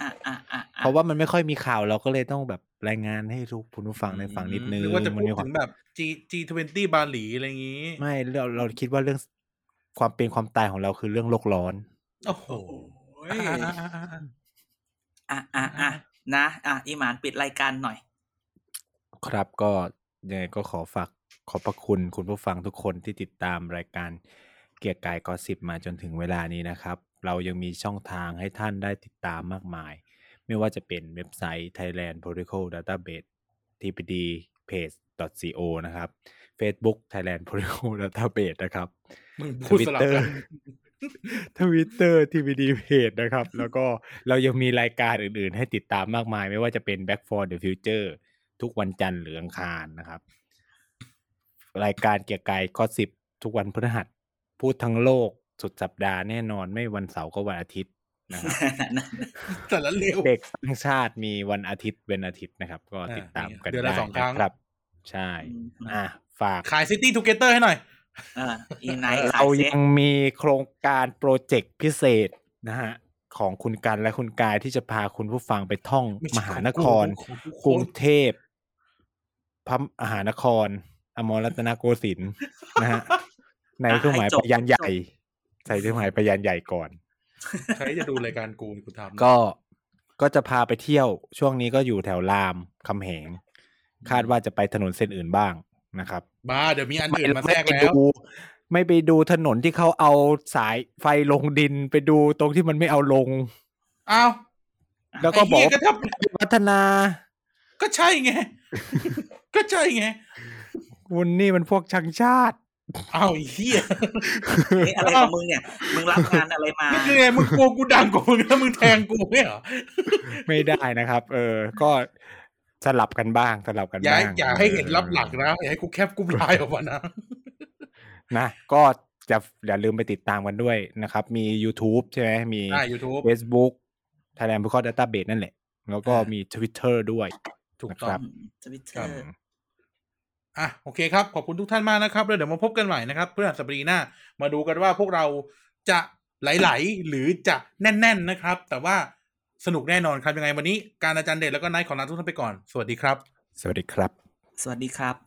S3: อ่ะอ่ะอ่ะอ่ะ
S2: เพราะว่ามันไม่ค่อยมีข่าวเราก็เลยต้องแบบรายงานให้ทุกคุณผู้ฟังได้ฟังนิดนึง
S4: หรือว่าจะ
S2: มั
S4: พูด
S2: มีควา
S4: ถึ
S2: ม
S4: งแบบ G G20 บาหลีอะไรอย่างงี้
S2: ไม่เราเราคิดว่าเรื่องความเป็นความตายของเราคือเรื่องโลกร้อน
S4: โอ้โห
S3: อ่ะอ่ะอ่ะอ่ะนะอ่ะอีหมานปิดรายการหน่อย
S2: ครับก็ยังไงก็ขอฝากขอบพระคุณคุณผู้ฟังทุกคนที่ติดตามรายการเกียร์กายกอสิบมาจนถึงเวลานี้นะครับ เรายังมีช่องทางให้ท่านได้ติดตามมากมาย ไม่ว่าจะเป็นเว็บไซต์ Thailand Political Database tpd page co นะครับ Facebook Thailand Political Database นะครับ
S4: มึง
S2: ท
S4: พูด
S2: วิ
S4: ส
S2: ต
S4: ลับ
S2: เตอ
S4: กั
S2: ร์
S4: น
S2: ทวิตเตอร์ทีวีดีเพจนะครับ แล้วก็เรายังมีรายการอื่น ๆ ให้ติดตามมากมาย ไม่ว่าจะเป็น Back for the Future ทุกวันจันทร์หรืออังคารนะครับ รายการเกียร์กายข้อสิบทุกวันพฤหัส พูดทั้งโลกสุดสัปดาห์แน่นอนไม่วันเสาร์ก็วันอาทิตย์ นะครับ
S4: สารเลว
S2: เด็กทั้งชาติมีวันอาทิตย์เป็นอาทิตย์นะครับ ก็ติดตามกัน
S4: เดือน
S2: ได้
S4: ละสองครั้ง
S2: นะครับ ใช่อ่ะฝาก
S4: ขายซิตี้ทูเกเตอร์ให้หน่อย
S3: เอออีไนท์ขาย
S2: เรา
S3: เซ็
S2: ยั
S3: ต
S2: งมีโครงการโปรเจกต์พิเศษนะฮะ ของคุณกันและคุณกายที่จะพาคุณผู้ฟังไปท่อง
S4: ไม่ใช่
S2: มหานคร
S4: ของกูของกู
S2: กรุงเทพพระมหานคร อมรรัตนโกสินทร์นะฮะ ในเครื่องหมายปยานใหญ่ ใส่เครื่องหมายปยานใหญ่ก่อน
S4: ใครจะดูรายการกูกูทำ
S2: ก็ก็จะพาไปเที่ยวช่วงนี้ก็อยู่แถวรามคำแหง คาดว่าจะไปถนนเส้นอื่นบ้างนะครับ
S4: มาเดี๋ยวมีอัน
S2: ไม่
S4: อื่นมาแทรก
S2: ไป
S4: แล้
S2: ดู
S4: ว
S2: ไม่ไปดูถนนที่เขาเอาสายไฟลงดินไปดูตรงที่มันไม่เอาลง
S4: อ้าว
S2: แล้วก็บอก
S4: ไเหี้ย
S2: ว่า
S4: ถ้า
S2: พัฒนา
S4: ก็ใช่ไง ก็ใช่ไง
S2: คุณนี่มันพวกชังชาติ
S4: อ้าวไอ้เฮีย
S3: เฮ้ยอะไรของมึงเนี่ย มึงรับงานอะไรมา
S4: นี่คือไงมึงกลัวกูดังกว่ามึงแล้วมึงแทงกูไม่เหรอ
S2: ไม่ได้นะครับ เออ ก็สลับกันบ้างสลับกัน
S4: อย่า
S2: บ้าง
S4: อย่าให้เห็นรับหลังนะอย่าให้กูแคบกูลายออกมานะ
S2: นะก็จะอย่าลืมไปติดตามกันด้วยนะครับ มี YouTube ใช่ไหมมี
S4: อ่า YouTube
S2: Facebook Thailand Record Database นั่นแหละ แล้วก็
S4: อ่ามี
S2: มี Twitter ด้วย
S4: ถูกต้อง
S2: ครับ
S3: ทวิตเตอร์
S4: อ่ะโอเคครับ ขอบคุณทุกท่านมากนะครับแล้วเดี๋ยวมาพบกันใหม่นะครับเพื่อนสัปดาห์หน้า มาดูกันว่าพวกเราจะไหลๆหรือจะแน่น ๆนะครับ แต่ว่าสนุกแน่นอนครับยังไงวันนี้การอาจารย์เดชแล้วก็นายขอลาทุกท่านไปก่อน สวัสดีครับ
S2: สวัสดีครับ
S3: สวัสดีครับ